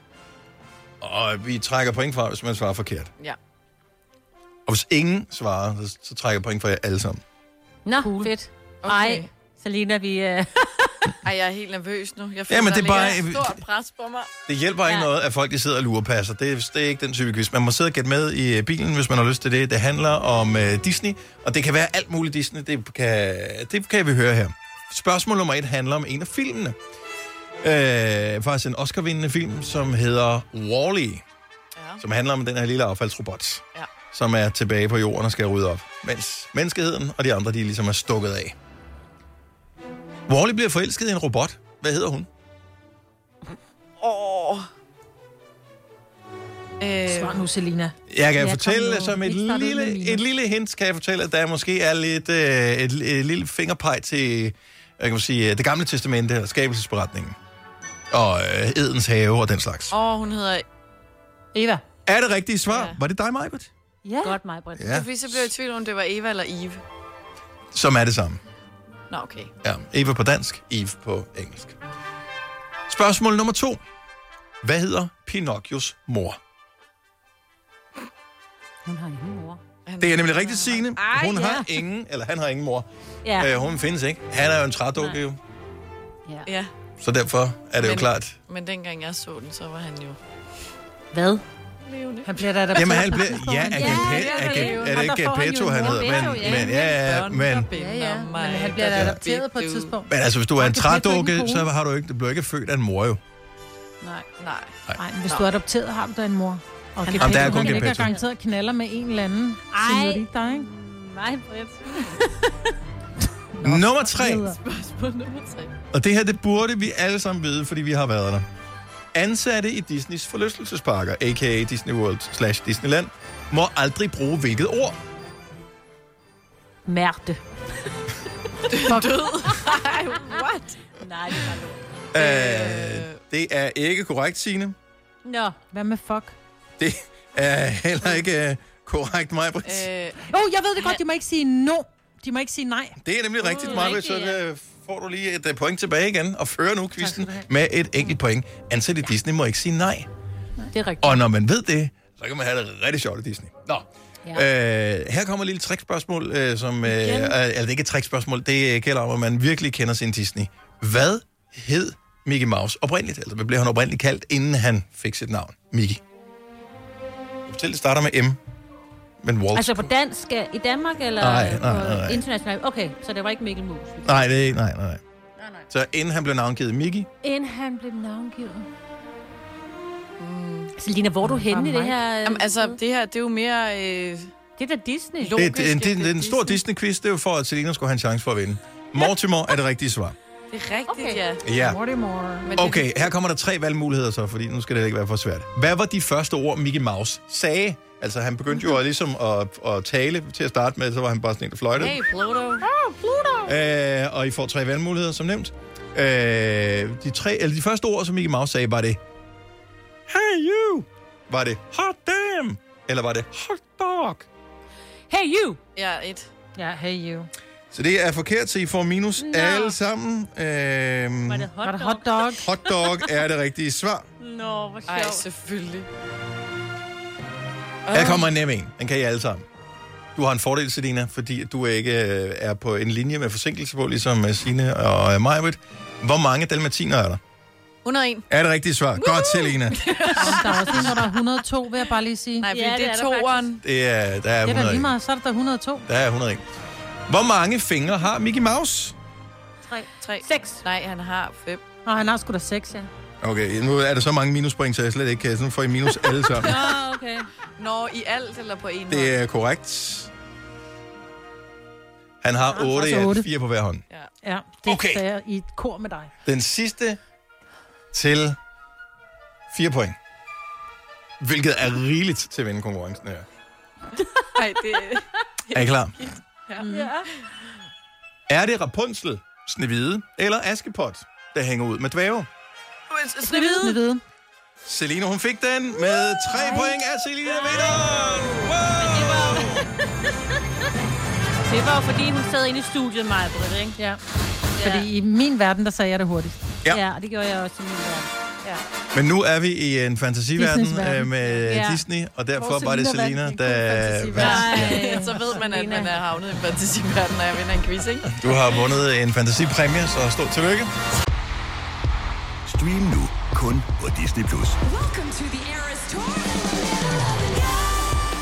S1: og vi trækker point fra, hvis man svarer forkert.
S9: Ja.
S1: Og hvis ingen svarer, så, så trækker jeg point fra jer alle sammen.
S5: Nå, cool. fedt. Ej,
S9: Okay.
S5: Selina, vi... Øh,
S9: Ej, jeg er helt nervøs nu. Jeg føler,
S1: Jamen,
S9: Jamen,
S1: det
S9: det
S1: er bare-
S9: der bare... et stort pres på mig.
S1: Det hjælper ikke
S5: Ja.
S1: noget, at folk de sidder og lurer passer. Det, er- det er ikke den type quiz. Man må sidde og gætte med i øh, bilen, hvis man har lyst til det. Det handler om uh, Disney, og det kan være alt muligt Disney. Det kan, det kan vi høre her. Spørgsmål nummer et handler om en af filmene. Uh, faktisk en Oscar-vindende film, som hedder Wall-E,
S9: Ja.
S1: som handler om den her lille affaldsrobot,
S9: Ja.
S1: som er tilbage på jorden og skal rydde op, mens menneskeheden og de andre, de ligesom er stukket af. Wall-E bliver forelsket i en robot. Hvad hedder hun?
S9: Åh. Øh,
S3: Svar nu, Selina.
S1: Jeg kan
S3: Ja,
S1: ja,
S3: kom
S1: fortælle,
S3: nu.
S1: som et
S3: Ikke starte ud
S1: lille,
S3: med mine.
S1: et lille hint, kan jeg fortælle, at der måske er lidt øh, et, et lille fingerpeg til jeg kan man sige, øh, det gamle testamente og skabelsesberetningen. Og øh, Edens have og den slags.
S9: Øh, åh, hun hedder...
S3: Eva.
S1: Er det rigtige svar?
S9: Ja.
S1: Var det dig, Majbert?
S3: Ja.
S5: godt mig, Britt.
S9: Ja. Fordi så blev jeg i tvivl om, det var Eva eller Eve.
S1: Som er det samme.
S9: Nå, okay.
S1: Ja, Eva på dansk, Eve på engelsk. Spørgsmål nummer to. Hvad hedder Pinocchios mor?
S5: Hun har ingen mor.
S9: Han...
S1: Det er nemlig rigtigt, Signe.
S9: Ej,
S1: Hun
S9: ja.
S1: har ingen, eller han har ingen mor.
S5: Ja.
S1: Øh, hun findes ikke. Han er jo en trædukke, jo.
S9: Ja,
S1: Så derfor er det jo
S9: Men-
S1: klart,
S9: men dengang jeg så den, så var han jo
S5: Hvad?
S9: levende.
S3: Han bliver da adopteret.
S1: Jamen, han bliver... Ja,
S3: han-
S1: Agent
S3: Ja,
S1: Pe-
S9: ja,
S1: Agent-
S9: ja,
S1: er det
S3: ja.
S1: ikke
S3: Der får han jo
S1: Gepetto,
S3: en
S1: han
S3: mor.
S1: hedder?
S5: Gepetto,
S1: Men,
S5: ja.
S1: men, ja, ja,
S9: Børn,
S1: men,
S9: der binder
S3: Ja, ja.
S9: mig,
S3: Men han bliver
S9: der
S3: da
S9: bliver
S3: adopteret på et
S9: bidt ud.
S3: tidspunkt.
S1: men altså, hvis du er en
S3: Gepetto er ikke en
S1: trædukke,
S3: kone.
S1: så har du ikke, du bliver ikke født af en mor, jo.
S9: Nej, nej.
S3: Nej, men hvis du er adopteret, har du da en mor. Og han,
S1: Jamen, der er kun
S3: ikke
S1: Gepetto.
S3: har garanteret knaller med en eller anden. Så
S5: Ej.
S3: hedder det ikke dig, ikke?
S5: Mig, Britt.
S1: Nummer tre,
S3: Hedder.
S9: Spørgsmål nummer tre.
S1: og det her, det burde vi alle sammen vide, fordi vi har været der. Ansatte i Disneys forlystelsesparker, a.k.a. Disney World slash Disneyland, må aldrig bruge hvilket ord.
S5: Mærte.
S9: Død. Ej, what?
S5: Nej, det var lort.
S1: Øh, det er ikke korrekt, Signe.
S5: Nå,
S3: Hvad med fuck?
S1: Det er heller ikke øh, korrekt, Majbrit.
S9: Øh,
S3: Åh, oh, jeg ved det godt, de må ikke sige no. De må ikke sige nej.
S1: Det er nemlig rigtigt,
S5: Mm,
S1: Maja, så
S5: rigtigt,
S1: øh, får du lige et øh, point tilbage igen, og fører nu quizzen med et enkelt point. Ansat i Disney må ikke sige nej.
S5: det er rigtigt.
S1: Og når man ved det, så kan man have det rigtig sjovt i Disney. Nå. Ja. Øh, her kommer et lille trickspørgsmål, øh, som... Øh, er, altså, det er ikke et trickspørgsmål, det øh, gælder om, at man virkelig kender sin Disney. Hvad hed Mickey Mouse oprindeligt? Altså, hvad blev han oprindeligt kaldt, inden han fik sit navn? Mickey. Jeg fortæller, det starter med M, men Walt...
S5: Altså på dansk, øh, i Danmark eller
S1: Nej,
S5: øh,
S1: nej,
S5: på
S1: nej.
S5: internationalt? Okay, så det var ikke Mikkel Mus.
S1: Nej, det er ikke... Nej, nej, nej. Så inden han blev navngivet Mickey,
S5: Inden han blev navngivet. Mm. Selina, hvor er du henne i det her? øh,
S9: jamen, altså, det her, det er jo mere... Øh,
S5: det er da Disney.
S9: Lort.
S1: Det, det,
S9: Logisk,
S1: det, det,
S9: at
S1: det er en stor Disney-quiz. Det er jo for, at Selina skulle have en chance for at vinde. Mortimer er det rigtige svar.
S9: det er rigtigt,
S5: Okay.
S9: okay. ja.
S1: Ja.
S3: Mortimer.
S9: Men
S1: Okay, her kommer der tre valgmuligheder så, fordi nu skal det ikke være for svært. Hvad var de første ord, Mickey Mouse sagde? Altså, han begyndte jo at, ligesom at, at tale til at starte med, så var han bare sådan en, der
S9: Det,
S1: fløjtede.
S9: hey, Pluto.
S1: Øh, og I får tre valgmuligheder, som nemt. Øh, de, tre, eller de første ord, som Mickey Mouse sagde, var det... Hey you! Var det hot damn? Eller var det hot dog?
S5: Hey you!
S4: Ja, et.
S2: Ja, hey you.
S1: Så det er forkert, så I får minus Nå. alle sammen. Øhm,
S5: Var det
S3: Var det
S5: hotdog?
S3: hot dog?
S1: hotdog er det rigtige svar.
S5: Nå, hvor
S4: Ej,
S5: sjovt.
S4: selvfølgelig.
S3: Ah.
S1: Her kommer en nem en. Den kan I alle sammen. Du har en fordel, Selina, fordi du ikke øh, er på en linje med forsinkelse på, ligesom øh, Signe og øh, Majbrit. Hvor mange dalmatiner er der?
S4: 101.
S1: Er det rigtige svar? Godt, Selina.
S3: Om der er også en, hvor der er 102, vil jeg bare lige sige.
S4: Nej,
S3: Nej,
S4: fordi
S5: Ja,
S4: det,
S5: det
S4: er
S5: er der
S4: toeren.
S1: Det er, der er
S3: det er da
S1: 101.
S3: lige meget, så er der 102.
S1: Der er 101. Hvor mange fingre har Mickey Mouse?
S4: Tre.
S5: Seks.
S4: Nej, han har fem.
S3: Og han har sgu da 6, ja.
S1: Okay, nu er der så mange minuspoint, så jeg slet ikke kan. Sådan får I minus alle sammen.
S5: Nå, Ah, okay.
S4: Nå, i alt eller på en
S1: Det
S4: hånd?
S1: er korrekt. Han har 8 i
S3: altså
S1: alt,
S3: otte.
S1: 4 på hver hånd.
S3: Ja, det
S1: Okay.
S3: okay. sagde jeg i et kor med dig.
S1: Den sidste til 4 point. Hvilket er rigeligt til at vinde konkurrencen her.
S4: Nej, det er...
S1: Er I klar? Ja. Er det Rapunzel, Snevide eller Askepot, der hænger ud med dvæve?
S3: Snevide. Snevide.
S1: Selina, hun fik den med 3 point af Selina vinderen. Wow!
S5: Det var jo fordi, hun sad inde i studiet, mig, Britt, ikke?
S3: Ja. Fordi i min verden, der sagde jeg det hurtigt.
S1: Ja.
S5: Ja. ja, det gjorde jeg også i min verden.
S1: Men nu er vi i en fantasiverden
S3: Disneys verden.
S1: øh, med
S5: Ja.
S1: Disney, og derfor var det
S2: Selina vandt
S1: Selina,
S2: en
S1: der
S2: god
S1: vandt.
S5: fantasiverden.
S1: Ja.
S4: Så ved man, at man er havnet i fantasiverden, når jeg vinder en quiz, ikke?
S1: Du har vundet en fantasipræmie, så stort tillykke.
S6: Stream nu kun på Disney+. Plus.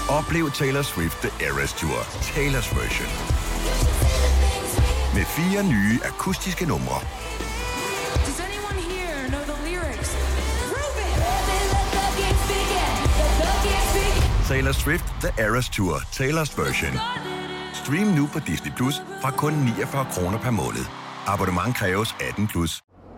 S6: Oplev Taylor Swift The Eras Tour, Taylor's version. Med fire nye akustiske numre. Taylor Swift The Eras Tour, Taylor's version. Stream nu på Disney Plus fra kun 49 kroner per måned. Abonnement kræves 18 plus.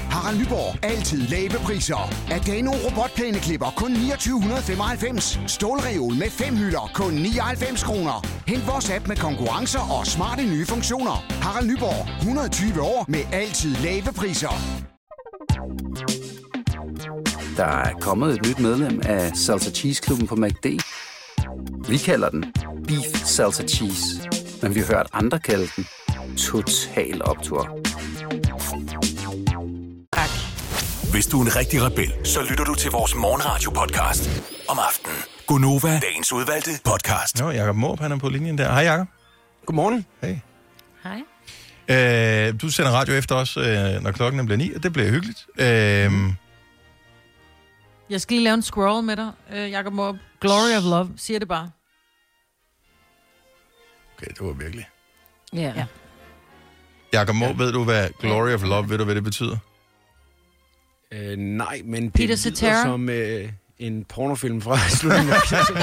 S6: Harald Nyborg. Altid lave priser. Adano robotplæneklipper kun 2995. Stålreol med fem hylder kun 99 kroner. Hent vores app med konkurrencer og smarte nye funktioner. Harald Nyborg. 120 år med altid lave priser.
S11: Der er kommet et nyt medlem af Salsa Cheese Klubben på MACD. Vi kalder den Beef Salsa Cheese, men vi har hørt andre kalde den Total Optor.
S6: Hvis du er en rigtig rebel, så lytter du til vores morgenradio-podcast om aftenen. Gunova, dagens udvalgte podcast.
S1: Nå, Jacob Måb, han er på linjen der. Hej, Jacob.
S11: Godmorgen.
S1: Hej.
S5: Hej.
S1: Øh, du sender radio efter os, øh, når klokken bliver ni, og det bliver hyggeligt. Øh,
S3: Jeg skal lige lave en scroll med dig, øh, Jacob Måb. Glory of Love, siger det bare.
S1: okay, det var virkelig.
S5: Ja. ja.
S1: Jacob Måb, ved du, hvad Glory of Love, ved du, hvad det betyder?
S11: Øh, nej, men det
S3: Peter
S11: lyder
S3: Cetera?
S11: som øh, en pornofilm fra slutningen af 80'erne.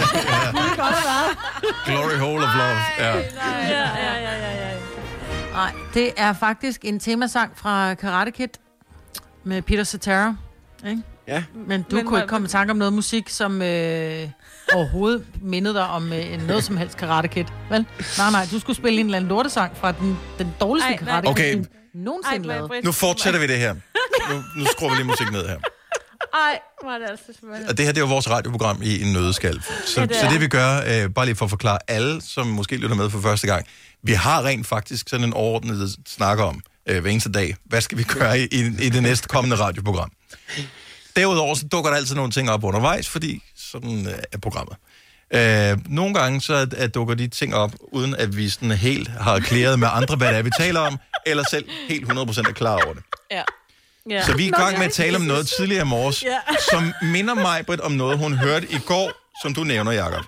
S1: Glory Hole of Love. Ja.
S5: Ja, ja, ja, ja, ja.
S3: Nej, det er faktisk en temasang fra Karate Kid med Peter Cetera. Ikke?
S11: Ja.
S3: Men du Men, kunne ikke komme i tanke om noget musik, som øh, overhovedet mindede dig om øh, noget som helst Karate Kid. Vel? Nej, nej, du skulle spille en eller anden lortesang fra den, den dårligste
S5: Ej, nej.
S3: Karate
S1: Okay.
S3: Kid, du nogensinde lavet.
S1: Nu fortsætter vi det her. Nu, nu skruer vi lige musik ned her.
S5: Ej, var det altså svært.
S1: Og det her, det er jo vores radioprogram i en nødskal. Så, ja,
S5: det
S1: det,
S5: er.
S1: så det vi gør, øh, bare lige for at forklare alle, som måske lytter med for første gang, vi har rent faktisk sådan en overordnet snak om øh, hver eneste dag, hvad skal vi gøre i, i, i det næste kommende radioprogram. Derudover så dukker der altid nogle ting op undervejs, fordi sådan øh, er programmet. Øh, nogle gange så at, at dukker de ting op, uden at vi sådan helt har klæret med andre, hvad det er, vi taler om, eller selv helt 100% er klar over det.
S4: Ja.
S5: Ja.
S1: Så vi er i gang med at tale om noget tidligere i morges, ja. som minder mig, Britt, om noget, hun hørte i går, som du nævner, Jacob.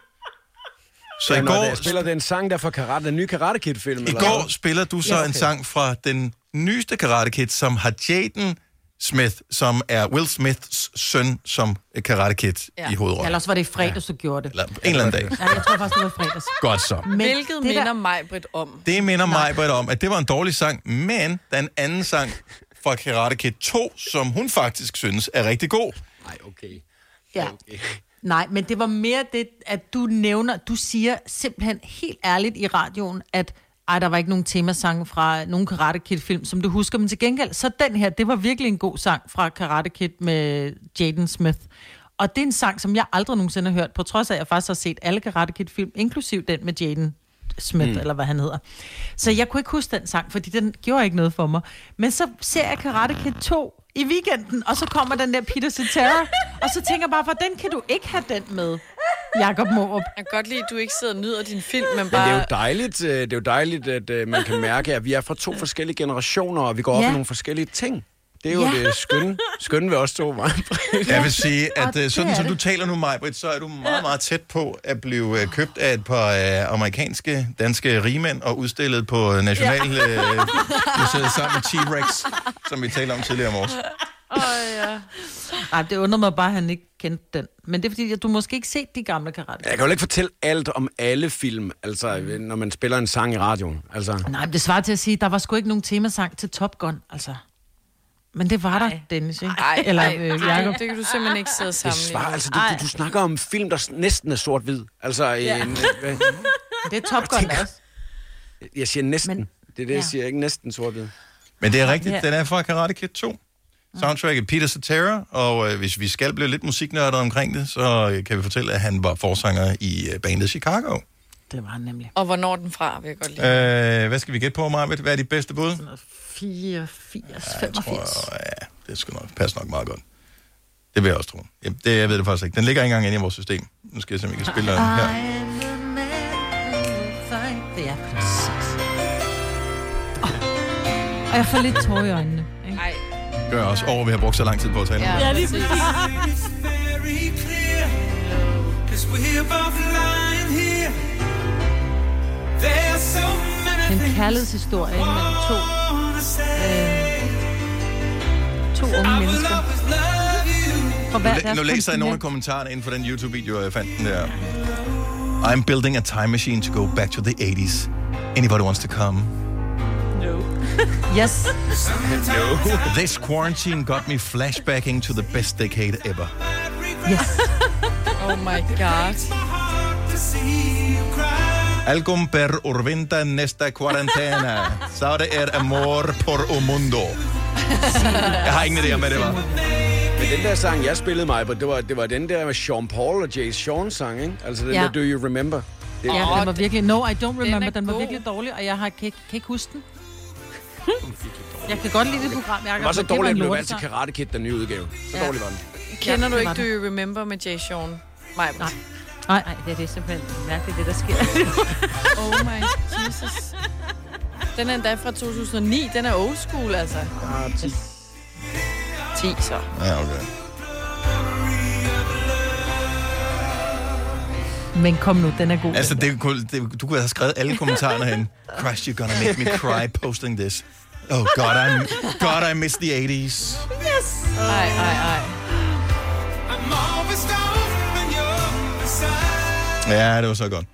S1: Så i
S11: Ja, når
S1: går,
S11: jeg spiller den sang der fra karate, den nye Karate Kid-film.
S1: i går spiller du så en sang fra den nyeste Karate Kid, som har Jaden Smith, som er Will Smiths søn, som Karate Kid ja. i
S3: Ja,
S1: hovedrollen.
S3: ellers var det i fredags, du gjorde det.
S1: Eller en eller anden dag.
S3: Ja, jeg tror faktisk, det var i fredags.
S1: Godt så.
S3: Men
S4: Hvilket
S3: det
S4: minder
S3: der,
S4: mig, Britt, om.
S1: Det minder mig, Britt, om, at det var en dårlig sang, men der er en anden sang fra Karate Kid 2, som hun faktisk synes er rigtig god.
S6: Nej, okay.
S3: Ja. Nej, men det var mere det, at du nævner, du siger simpelthen helt ærligt i radioen, at ej, der var ikke nogen temasange fra nogen Karate Kid-film, som du husker, men til gengæld, så den her, det var virkelig en god sang fra Karate Kid med Jaden Smith. Og det er en sang, som jeg aldrig nogensinde har hørt, på trods af, at jeg faktisk har set alle Karate Kid-film, inklusiv den med Jaden Smith,
S6: Mm.
S3: mm. eller hvad han hedder. Så jeg kunne ikke huske den sang, fordi den gjorde ikke noget for mig. Men så ser jeg Karate Kid 2 i weekenden, og så kommer den der Peter Cetera, og så tænker jeg bare, hvordan kan du ikke have den med, Jakob Morup?
S9: Jeg kan godt lide, at du ikke sidder og nyder din film, men
S6: Men det er
S9: bare...
S6: jo dejligt, øh, det er jo dejligt at øh, man kan mærke, at vi er fra to forskellige generationer, og vi går op
S3: Ja.
S6: ja. i nogle forskellige ting. Det er jo
S3: Ja.
S6: ja. det skønne, skønne ved os to, var.
S1: Jeg vil sige,
S6: og
S1: at øh,
S6: det
S1: sådan
S6: er
S1: som
S6: det.
S1: du taler nu, Majbrit, så er du meget, meget tæt på at blive øh, købt af et par øh, amerikanske, danske rigmænd og udstillet på øh, National
S12: Ja.
S1: øh, Museet sammen med T-Rex, som vi talte om tidligere om års.
S3: Åh, ja. Ej, det undrer mig bare, at han ikke kendte den. Men det er fordi, at du måske ikke set de gamle karate.
S6: Jeg kan jo ikke fortælle alt om alle film, altså når man spiller en sang i radioen. Altså,
S3: Nej, men det svarer til at sige, at der var sgu ikke nogen temasang til Top Gun, altså. Men det var der, Dennis, ikke?
S9: Ej,
S3: Eller
S9: ej,
S3: øh,
S9: ej,
S3: Jacob.
S9: det kan du simpelthen ikke sidde og
S6: det
S9: sammenligne.
S6: svarer, altså du, du, du snakker om film, der s- næsten er sort-hvid. Altså,
S9: Ja.
S6: ja. en, hvad-
S3: Det er Top Gun også.
S6: jeg siger næsten. Men, det er det,
S3: ja.
S6: jeg siger, ikke næsten sort-hvid.
S1: Men det er rigtigt, den er fra Karate Kid 2. Soundtracket Peter Cetera, og øh, hvis vi skal blive lidt musiknørdet omkring det, så øh, kan vi fortælle, at han var forsanger i øh, bandet Chicago.
S3: Det var han nemlig.
S9: Og hvornår er den fra, vil jeg godt lide.
S1: Øh, hvad skal vi gætte på, Marvitt? Hvad er dit bedste bud?
S3: 84,
S1: tror,
S3: 85.
S1: ja, det skal nok passe nok meget godt. Det vil jeg også tro. Jamen, det, jeg ved det faktisk ikke. Den ligger ikke engang inde i vores system. Nu skal jeg se, om jeg kan spille den her.
S3: Det er præcis. Ah. Og jeg får lidt tår i øjnene. Ikke?
S9: Ej.
S1: Gør jeg også over, at vi har brugt så lang tid på at tale om det.
S3: det er En kærlighedshistorie ikke, mellem to, øh, to unge mennesker. For hver
S1: Nu,
S3: deres
S1: nu læser jeg nogle af
S3: kontinent.
S1: kommentarerne inden for den YouTube-video, jeg fandt den der. I'm building a time machine to go back to the 80s. Anybody wants to come?
S3: Yes.
S1: No. This quarantine got me flashbacking to the best decade ever.
S3: Yes.
S9: oh my god.
S1: Algum per urventa nesta quarantena. Så det er amor por un mundo. Jeg har ingen idé om, hvad det var.
S6: Men den der sang, jeg spillede mig på, det var, det var den der med Sean Paul og Jay Sean sang, ikke? Altså den
S3: Ja.
S6: ja. der Do You Remember? Det,
S3: Ja, den var virkelig... No, I don't remember. Den var virkelig dårlig, og jeg har, kan, ikke, kan ikke huske den. Jeg kan godt lide det program, Jacob.
S6: den var så
S3: men det
S6: dårlig,
S3: en
S6: at den blev valgt til
S3: lortesang.
S6: Karate Kid, den nye udgave. Så
S9: Ja.
S6: dårlig var den.
S9: Kender
S5: Ja,
S9: du
S5: det
S9: ikke
S5: var
S9: Do You Remember med Jay Sean? Nej.
S3: Nej.
S5: Nej, det er det simpelthen mærkeligt, det der sker.
S9: Oh my Jesus. Den er endda fra 2009. Den er old school, altså.
S6: Ah, 10.
S9: 10 så.
S1: Ja, okay.
S3: Men kom nu, den er god.
S1: Altså, det kunne, det, du kunne have skrevet alle kommentarerne hen. Christ, you're gonna make me cry posting this. Oh god, I'm, god, I miss the 80s.
S9: Yes! Ej, ej, ej.
S1: Ja, det var så godt.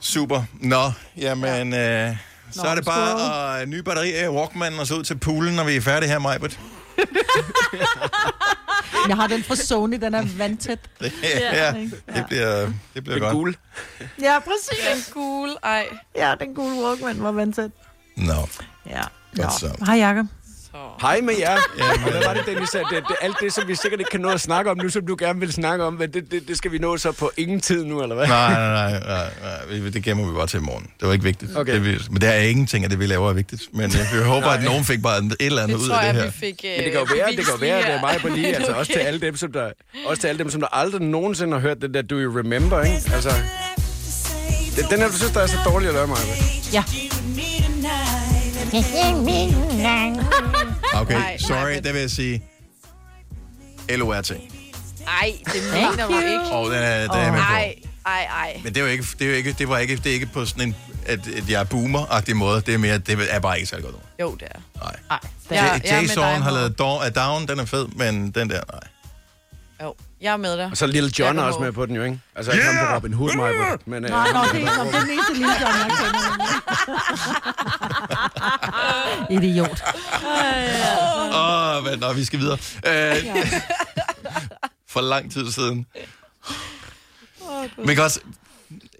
S1: Super. Nå, jamen, øh, så er det bare at øh, nye batteri af Walkman og så ud til poolen, når vi er færdige her, Majbert.
S3: Jeg har den fra Sony, den er vandtæt.
S1: Det, ja, det bliver, det bliver godt. Gul.
S3: Ja, præcis.
S9: Den gule, ej.
S3: Ja, den gule Walkman var vandtæt.
S1: Nå.
S3: Ja.
S1: Godt så.
S3: Hej, Jacob.
S6: Hej med jer. Og hvad var det, Dennis? at Det, det, alt det, som vi sikkert ikke kan nå at snakke om nu, som du gerne vil snakke om, men det, det, det skal vi nå så på ingen tid nu, eller hvad?
S1: Nej, nej, nej, nej, nej. Vi- Det gemmer vi bare til i morgen. Det var ikke vigtigt.
S6: Okay.
S1: Det, vi- men det er ingenting af det, vi laver, er vigtigt. Men øh, vi håber, at nogen fik bare et eller andet
S9: Det
S1: ud
S9: tror
S1: af
S9: jeg,
S1: det
S9: vi
S1: her.
S9: fik... Øh,
S6: Men det kan jo være, det kan jo
S9: bevist
S6: være,
S9: lige
S6: at det er
S9: her.
S6: mig på lige,
S9: Er det
S6: altså også til
S9: okay?
S6: alle dem, som der, også til alle dem, som der aldrig nogensinde har hørt det der Do You Remember, ikke? Altså, det, den her, du synes, der er så dårlig at lave mig.
S3: Ja.
S1: Okay,
S9: Nej,
S1: sorry, det vil jeg sige. LORT.
S9: Ej, det mener du ikke.
S1: Og den er, den er jeg med på.
S9: Ej, ej, ej.
S1: Men det var ikke, det var ikke, det var ikke, det er ikke på sådan en, at, at jeg er boomer-agtig måde. Det er mere, det er bare ikke særlig godt ord.
S9: Jo, det er.
S1: Nej.
S9: Jeg- jeg er med
S1: Ja,
S9: dig,
S1: Jason har
S9: Mo.
S1: lavet Dawn, er Down, den er fed, men den der, nej.
S9: Jo, jeg er med dig.
S6: Og så er Lille John
S9: Jeg
S6: er
S9: er
S6: også med på den jo, ikke? Altså, ikke ham på Robin Hood, mig på men, øh,
S3: Nej, nå, det er, nå, det er den eneste lille John, jeg kender. Idiot.
S1: Åh, oh, nå, vi skal videre. Uh, for lang tid siden. Men også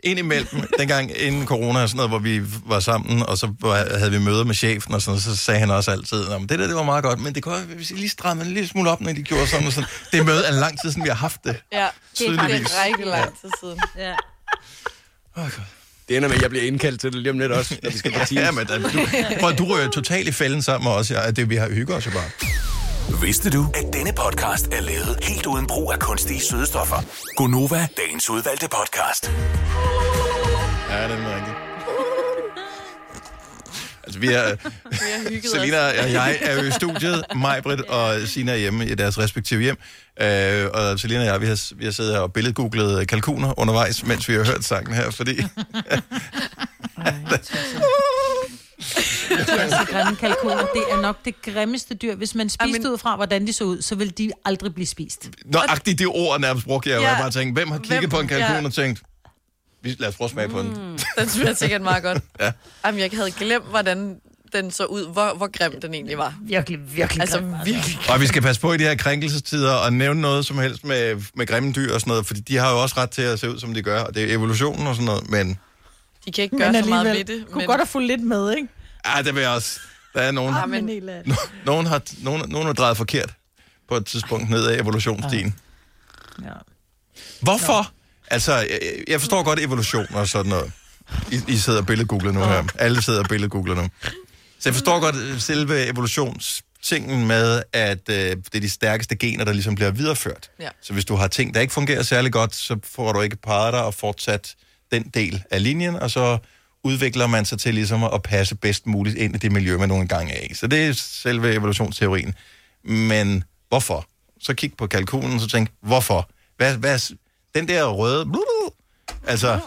S1: indimellem, dengang inden corona og sådan noget, hvor vi var sammen, og så var- havde vi møder med chefen og sådan noget, så sagde han også altid, om det der, det var meget godt, men det kunne også- hvis I lige strammede en lille smule op, når de gjorde sådan og sådan. Det møde er lang tid siden, vi har haft det.
S9: Ja, det er
S1: Tydeligvis.
S9: faktisk rigtig lang tid siden. Ja.
S13: Det ender med, at jeg bliver indkaldt til det lige om lidt også, når vi skal på Teams.
S1: Ja, men da, du, prøv, at du rører totalt i fælden sammen med os. Ja, det, vi har hygget os jo bare.
S6: Vidste du, at denne podcast er lavet helt uden brug af kunstige sødestoffer?
S1: Gunova.
S6: Dagens udvalgte podcast.
S1: Ja, den er rigtig. Altså, vi er... Selina og jeg er jo i studiet. Majbrit og Sina er hjemme i deres respektive hjem. Øh, og Selina og jeg, vi har, vi har siddet her og billedgooglet kalkuner undervejs, mens vi har hørt sangen her, fordi...
S3: Det er altså grimme kalkuner. Det er nok det grimmeste dyr. Hvis man spiste ud fra, hvordan de så ud, så ville de aldrig blive spist.
S1: Nøjagtigt det ord nærmest brugte jeg, hvor
S3: Ja.
S1: jeg bare tænkte, hvem har kigget
S3: Hvem-
S1: på en kalkun
S9: ja.
S1: og tænkt, "Vi- lad os prøve at smage på den.
S9: Den smager sikkert meget godt.
S1: Ja.
S9: Jamen, jeg havde glemt, hvordan den så ud, hvor, hvor grim den egentlig var.
S3: Virkelig, virkelig
S9: Altså, virkelig
S1: Og vi skal passe på i de her krænkelsestider og nævne noget som helst med, med grimme dyr og sådan noget, fordi de har jo også ret til at se ud, som de gør, og det er evolutionen og sådan noget, men
S9: De kan ikke
S2: Men
S9: gøre så meget ved
S2: alligevel,
S9: det.
S2: kunne godt have fulgt lidt med, ikke?
S1: ja, det vil jeg også. Der er nogen,
S2: Ah, men helt af det.
S1: no- nogen, har, nogen, nogen har drejet forkert på et tidspunkt ned ad evolutionsstien.
S3: Ja.
S1: Hvorfor? Altså, jeg, jeg forstår godt evolution og sådan noget. I, I sidder og billedgoogler nu her. Alle sidder og billedgoogler nu. Så jeg forstår godt øh, selve evolutionstingen med, at øh, det er de stærkeste gener, der ligesom bliver videreført.
S9: Ja.
S1: Så hvis du har ting, der ikke fungerer særlig godt, så får du ikke parret dig og fortsat den del af linjen, og så udvikler man sig til ligesom at passe bedst muligt ind i det miljø, man nogle gange er i. Så det er selve evolutionsteorien. Men hvorfor? Så kig på kalkunen, og så tænk, hvorfor? Hvad, hvad, den der røde... Blu, blu, altså,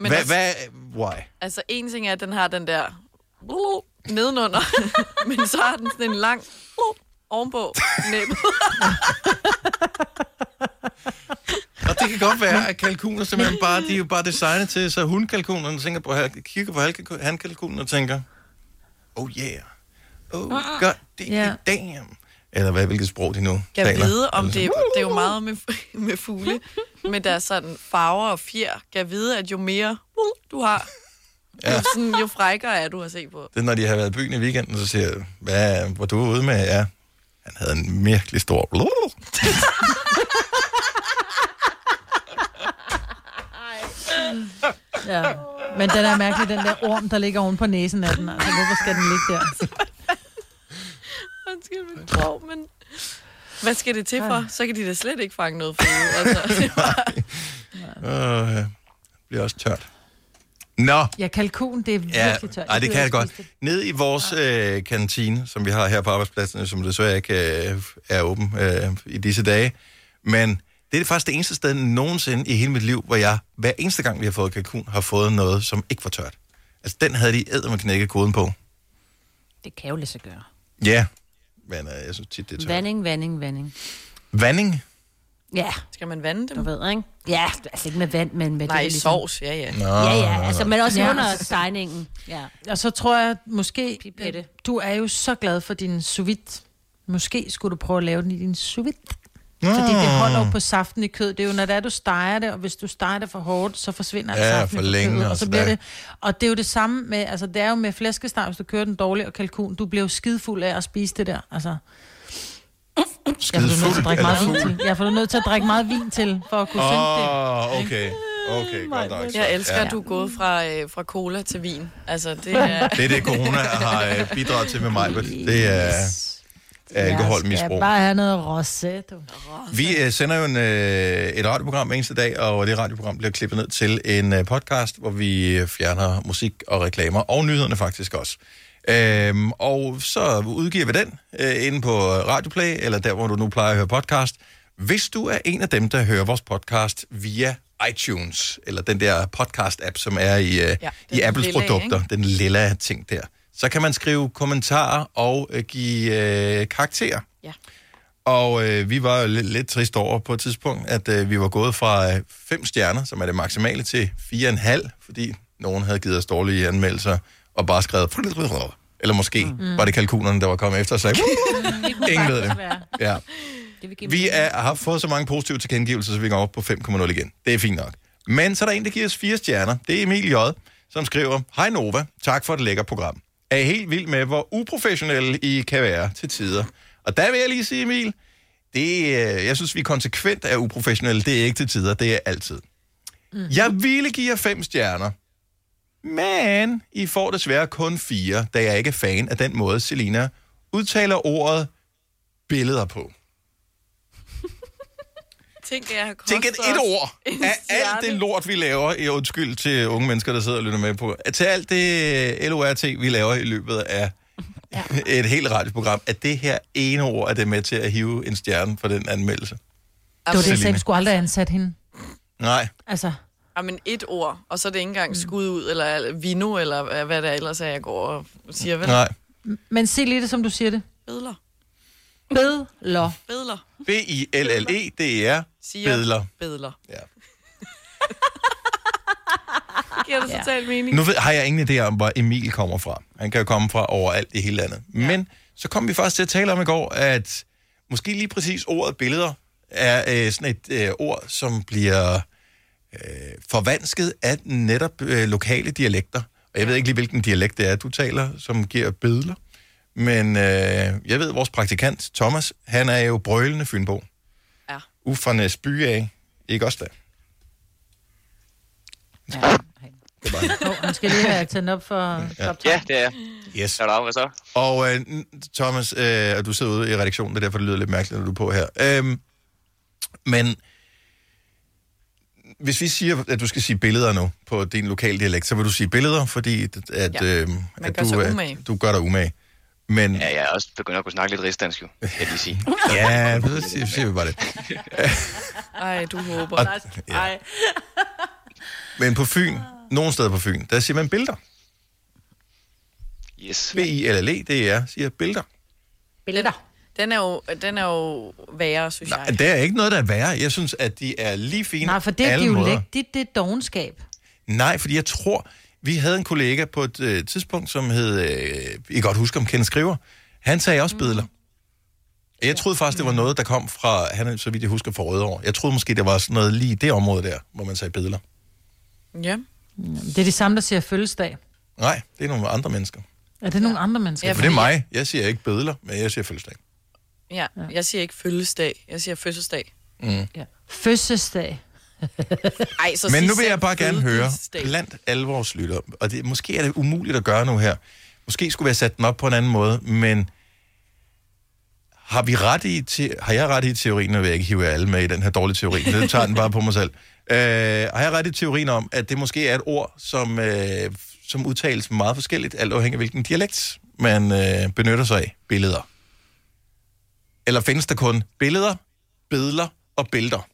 S9: Men
S1: hvad,
S9: også-
S1: hvad, why?
S9: Altså, en ting er, at den har den der uh, nedenunder, men så har den sådan en lang uh, ovenpå næbbet.
S1: Og det kan godt være, at kalkuner simpelthen bare, de er jo bare designet til, så hundkalkunerne tænker på, hal- kigger på halka- hankalkunen og tænker, oh yeah, oh god
S9: Ah, Ja.
S1: damn. Eller hvad, hvilket sprog de nu
S9: Jeg
S1: taler.
S9: vide, om
S1: Eller
S9: det,
S1: sådan.
S9: det er jo meget med, med fugle, med deres sådan farver og fjer. Jeg vide, at jo mere uh, du har,
S1: Ja.
S9: jo, sådan, jo frækkere er du at se på.
S1: Det er, når de har været i byen i weekenden, så siger jeg, hvad, hvor du er ude med, ja. Han havde en virkelig stor...
S3: Ja. Men den er mærkelig, den der orm, der ligger oven på næsen af den. Altså, hvorfor skal den ligge der?
S9: Undskyld min krog, men... Hvad skal det til for? Så kan de da slet ikke fange noget fugle. Altså, det var...
S1: Øh, ja. det bliver også tørt. Nå,
S3: Ja, kalkun, det er
S1: Ja,
S3: virkelig tørt.
S1: ej, det kan jeg
S3: gider
S1: godt. Nede i vores øh, kantine, som vi har her på arbejdspladsen, som desværre ikke øh, er åben øh, i disse dage, men det er faktisk det eneste sted nogensinde i hele mit liv, hvor jeg hver eneste gang, vi har fået kalkun, har fået noget, som ikke var tørt. Altså, den havde de æder med knækket koden på.
S5: Det kan jo lade sig gøre.
S1: Ja, men øh, jeg synes tit, det er tørt.
S5: Vanding, vanding, vanding.
S1: Vanding?
S5: Ja.
S9: Skal man vande dem?
S5: Du ved, ikke? Ja, altså ikke med vand, men med
S9: Nej,
S5: det. ligesom-
S9: i sovs, ja, ja.
S1: Nå,
S5: ja, ja, altså, men også
S3: Ja.
S5: under stejningen. Ja.
S3: Og så tror jeg, at måske... Du er jo så glad for din sous vide. Måske skulle du prøve at lave den i din sous vide.
S1: Ah.
S3: Fordi det holder jo på saften i kød. Det er jo, når det er, du steger det, og hvis du steger det for hårdt, så forsvinder
S1: Ja,
S3: ja, saften
S1: for
S3: for længe,
S1: længe,
S3: kødet, og
S1: altså,
S3: så bliver
S1: der-
S3: det... Og det er jo det samme med... Altså, det er jo med flæskesteg, hvis du kører den dårligt, og kalkun. Du bliver jo skidfuld af at spise det der, altså... Skidefuld, ja, for
S1: eller
S3: du er nødt til at drikke meget vin til. Ja, for du er nødt til at drikke meget vin til, for at kunne synge det.
S1: Åh, oh, okay. Okay, godt nok. så.
S9: Jeg elsker,
S1: Ja.
S9: at du er gået fra, øh, fra cola til vin. Altså, det er...
S1: Det er det, corona har øh, bidraget til med mig. vel? Det er er
S3: Jeg skal
S1: alkoholmisbrug.
S3: bare have noget rosé, du.
S1: Vi øh, sender jo en, øh, et radioprogram hver eneste dag, og det radioprogram bliver klippet ned til en øh, podcast, hvor vi øh, fjerner musik og reklamer, og nyhederne faktisk også. Øhm, og så udgiver vi den øh, inde på Radioplay, eller der, hvor du nu plejer at høre podcast. Hvis du er en af dem, der hører vores podcast via iTunes, eller den der podcast-app, som er i, øh, ja, i
S14: den
S1: Apples
S14: lilla,
S1: produkter, den lilla ting der, så kan man skrive kommentarer og øh, give øh, karakterer. Og øh, vi var jo lidt, lidt trist over på et tidspunkt, at øh, vi var gået fra 5 fem stjerner, som er det maksimale, til 4,5, fordi nogen havde givet os dårlige anmeldelser og bare skrevet... Eller måske mm. var det kalkunerne, der var kommet efter og sagde, ingen ved det. Ja.
S5: Det vil give
S1: Vi er, har fået så mange positive tilkendegivelser, så vi går op på 5,0 igen. Det er fint nok. Men så er der en, der giver os fire stjerner. Det er Emil J., som skriver, Hej Nova, tak for et lækkert program. Er helt vild med, hvor uprofessionelle I kan være til tider. Og der vil jeg lige sige, Emil, det, øh, jeg synes, vi konsekvent er uprofessionelle. Det er ikke til tider, det er altid. Mm. Jeg ville give jer fem stjerner, men I får desværre kun fire, da jeg ikke er fan af den måde, Selina udtaler ordet billeder på.
S9: Tænk, at jeg har
S1: Tænk, at et ord af alt det lort, vi laver, i undskyld til unge mennesker, der sidder og lytter med på, at til alt det øh, LORT, vi laver i løbet af et helt radioprogram, at det her ene ord er det med til at hive en stjerne for den anmeldelse.
S3: Det var det, jeg sagde,
S1: Selina.
S3: vi skulle aldrig have ansat hende.
S1: Nej.
S3: Altså,
S9: Jamen et ord, og så er det ikke engang skud ud, eller vino, eller øh, hvad der ellers er, jeg går og siger, vel?
S1: Nej.
S3: men se lige det, som du siger det.
S9: Bedler.
S3: Bedler.
S9: Bedler.
S1: E, B-I-L-L-E-D-E-R.
S9: Siger
S1: Bedler.
S9: Bedler.
S1: Ja.
S9: Det giver det totalt mening.
S1: Nu ved, har jeg ingen idé om, hvor Emil kommer fra. Han kan jo komme fra overalt i hele landet. Men så kom vi faktisk til at tale om i går, at måske lige præcis ordet billeder er øh, sådan et øh, ord, som bliver øh, forvansket af netop øh, lokale dialekter. Og jeg ved ikke lige, hvilken dialekt det er, du taler, som giver billeder. Men øh, jeg ved, at vores praktikant Thomas, han er jo brølende Fynbo.
S9: Ja.
S1: Uffernes by af. Ikke også da?
S3: Oh, nu skal jeg lige have tændt op for... Ja.
S14: Ja, det er jeg.
S1: Yes.
S14: Er der hvad så?
S1: Og øh, n- Thomas, øh, og du sidder ude i redaktionen, det er derfor, det lyder lidt mærkeligt, når du er på her. Øhm, men hvis vi siger, at du skal sige billeder nu på din lokale dialekt, så vil du sige billeder, fordi at, at,
S14: Ja.
S1: øh,
S14: Man
S1: at
S14: gør sig
S1: du, øh,
S14: umage.
S1: du gør dig umage. Men
S14: Ja, jeg er også begyndt at kunne snakke lidt rigsdansk, jo. Kan jeg lige sige.
S1: ja, så siger- siger vi bare det.
S9: Ej, du håber.
S1: Og-
S9: Ej.
S1: Men på Fyn, nogle steder på Fyn, der siger man billeder.
S14: Yes.
S1: B-I-L-L-E, det er, E siger billeder.
S9: Billeder. Den er jo, den er jo værre, synes Nej, jeg.
S1: Der er ikke noget, der er værre. Jeg synes, at de er lige fine
S3: Nej, for det er
S1: alle måder.
S3: dialekt, det, det er dogenskab.
S1: Nej, fordi jeg tror, vi havde en kollega på et øh, tidspunkt, som hed, øh, I kan godt huske om Ken Skriver, han sagde
S3: Mm.
S1: også bedler. Jeg troede faktisk, det var noget, der kom fra, han er, så vidt jeg husker, fra Rødovre. Jeg troede måske, det var sådan noget lige i det område der, hvor man sagde bedler.
S9: Ja.
S3: Det er de samme, der siger fødselsdag.
S1: Nej, det er nogle andre mennesker.
S3: Er det nogle andre mennesker?
S1: Ja, for det er mig. Jeg siger ikke bedler, men jeg siger fødselsdag.
S9: Ja, jeg siger ikke fødselsdag, jeg siger fødselsdag.
S1: Mm.
S3: Fødselsdag.
S9: Ej, så
S1: Men
S9: sig
S1: nu vil
S9: selv
S1: jeg bare gerne høre,
S9: fødselsdag.
S1: blandt alle vores lyttere, og det, måske er det umuligt at gøre nu her, måske skulle vi have sat den op på en anden måde, men har, vi ret i te- har jeg ret i teorien, nu vil jeg ikke hive jer alle med i den her dårlige teori, det tager den bare på mig selv. Øh, har jeg ret i teorien om, at det måske er et ord, som, øh, som udtales meget forskelligt, alt afhængig af hvilken dialekt man øh, benytter sig af? Billeder. Eller findes der kun billeder, billeder og billeder?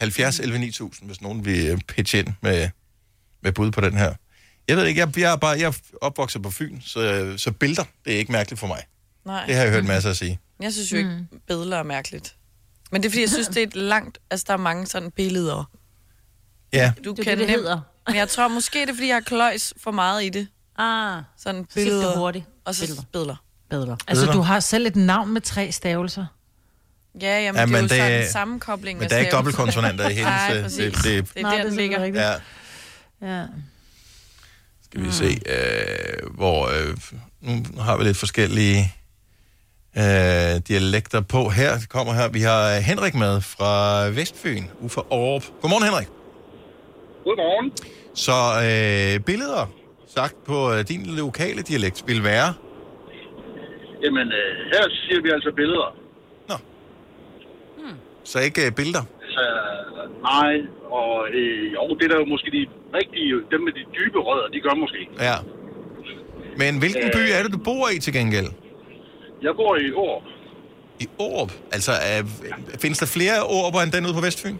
S1: 70 11 9000, hvis nogen vil øh, pitche ind med, med bud på den her. Jeg ved ikke, jeg, jeg, er bare, jeg er opvokset på Fyn, så, så billeder, det er ikke mærkeligt for mig.
S9: Nej.
S1: Det har jeg hørt masser at sige.
S9: Jeg synes jo ikke,
S5: Mm.
S9: billeder er mærkeligt. Men det er fordi, jeg synes, det er et langt... Altså, der er mange sådan billeder.
S1: Ja.
S9: Du
S5: Det er det,
S9: kan
S5: det
S9: nemt-
S5: hedder.
S9: Men jeg tror måske, det er, fordi jeg har kløjs for meget i det.
S5: Ah.
S9: Sådan
S5: gik det
S9: billeder.
S5: hurtigt.
S9: Og så billeder.
S3: Bedler. Altså, du har selv et navn med tre stavelser.
S9: Ja, jamen,
S1: Ja,
S9: ja, det er
S1: men
S9: jo
S1: det-
S9: sådan en sammenkobling
S1: Men
S9: af
S1: der er ikke
S9: stavelser.
S1: dobbeltkonsonanter i hendes...
S9: Nej,
S1: øh,
S9: præcis. Det, det, det er
S3: Nej,
S9: der, den ligger.
S3: selvfølgelig
S1: ja,
S3: Ja.
S1: skal vi se, øh, hvor... Øh, nu har vi lidt forskellige øh, dialekter på her. Det kommer her. Vi har øh, Henrik med fra Vestfyn, ude fra Aarup. Godmorgen, Henrik.
S15: Godmorgen.
S1: Så øh, billeder sagt på øh, din lokale dialekt vil være...
S15: Jamen, øh, her siger vi altså billeder.
S1: Så ikke øh, billeder.
S15: Så, øh, nej, og øh, jo, det er der jo måske de rigtige, dem med de dybe rødder, de gør måske.
S1: Ja. Men hvilken by er det, du bor i til gengæld?
S15: Jeg bor i År.
S1: I Aarup? Altså, øh, findes der flere Aaruper end den ude på Vestfyn?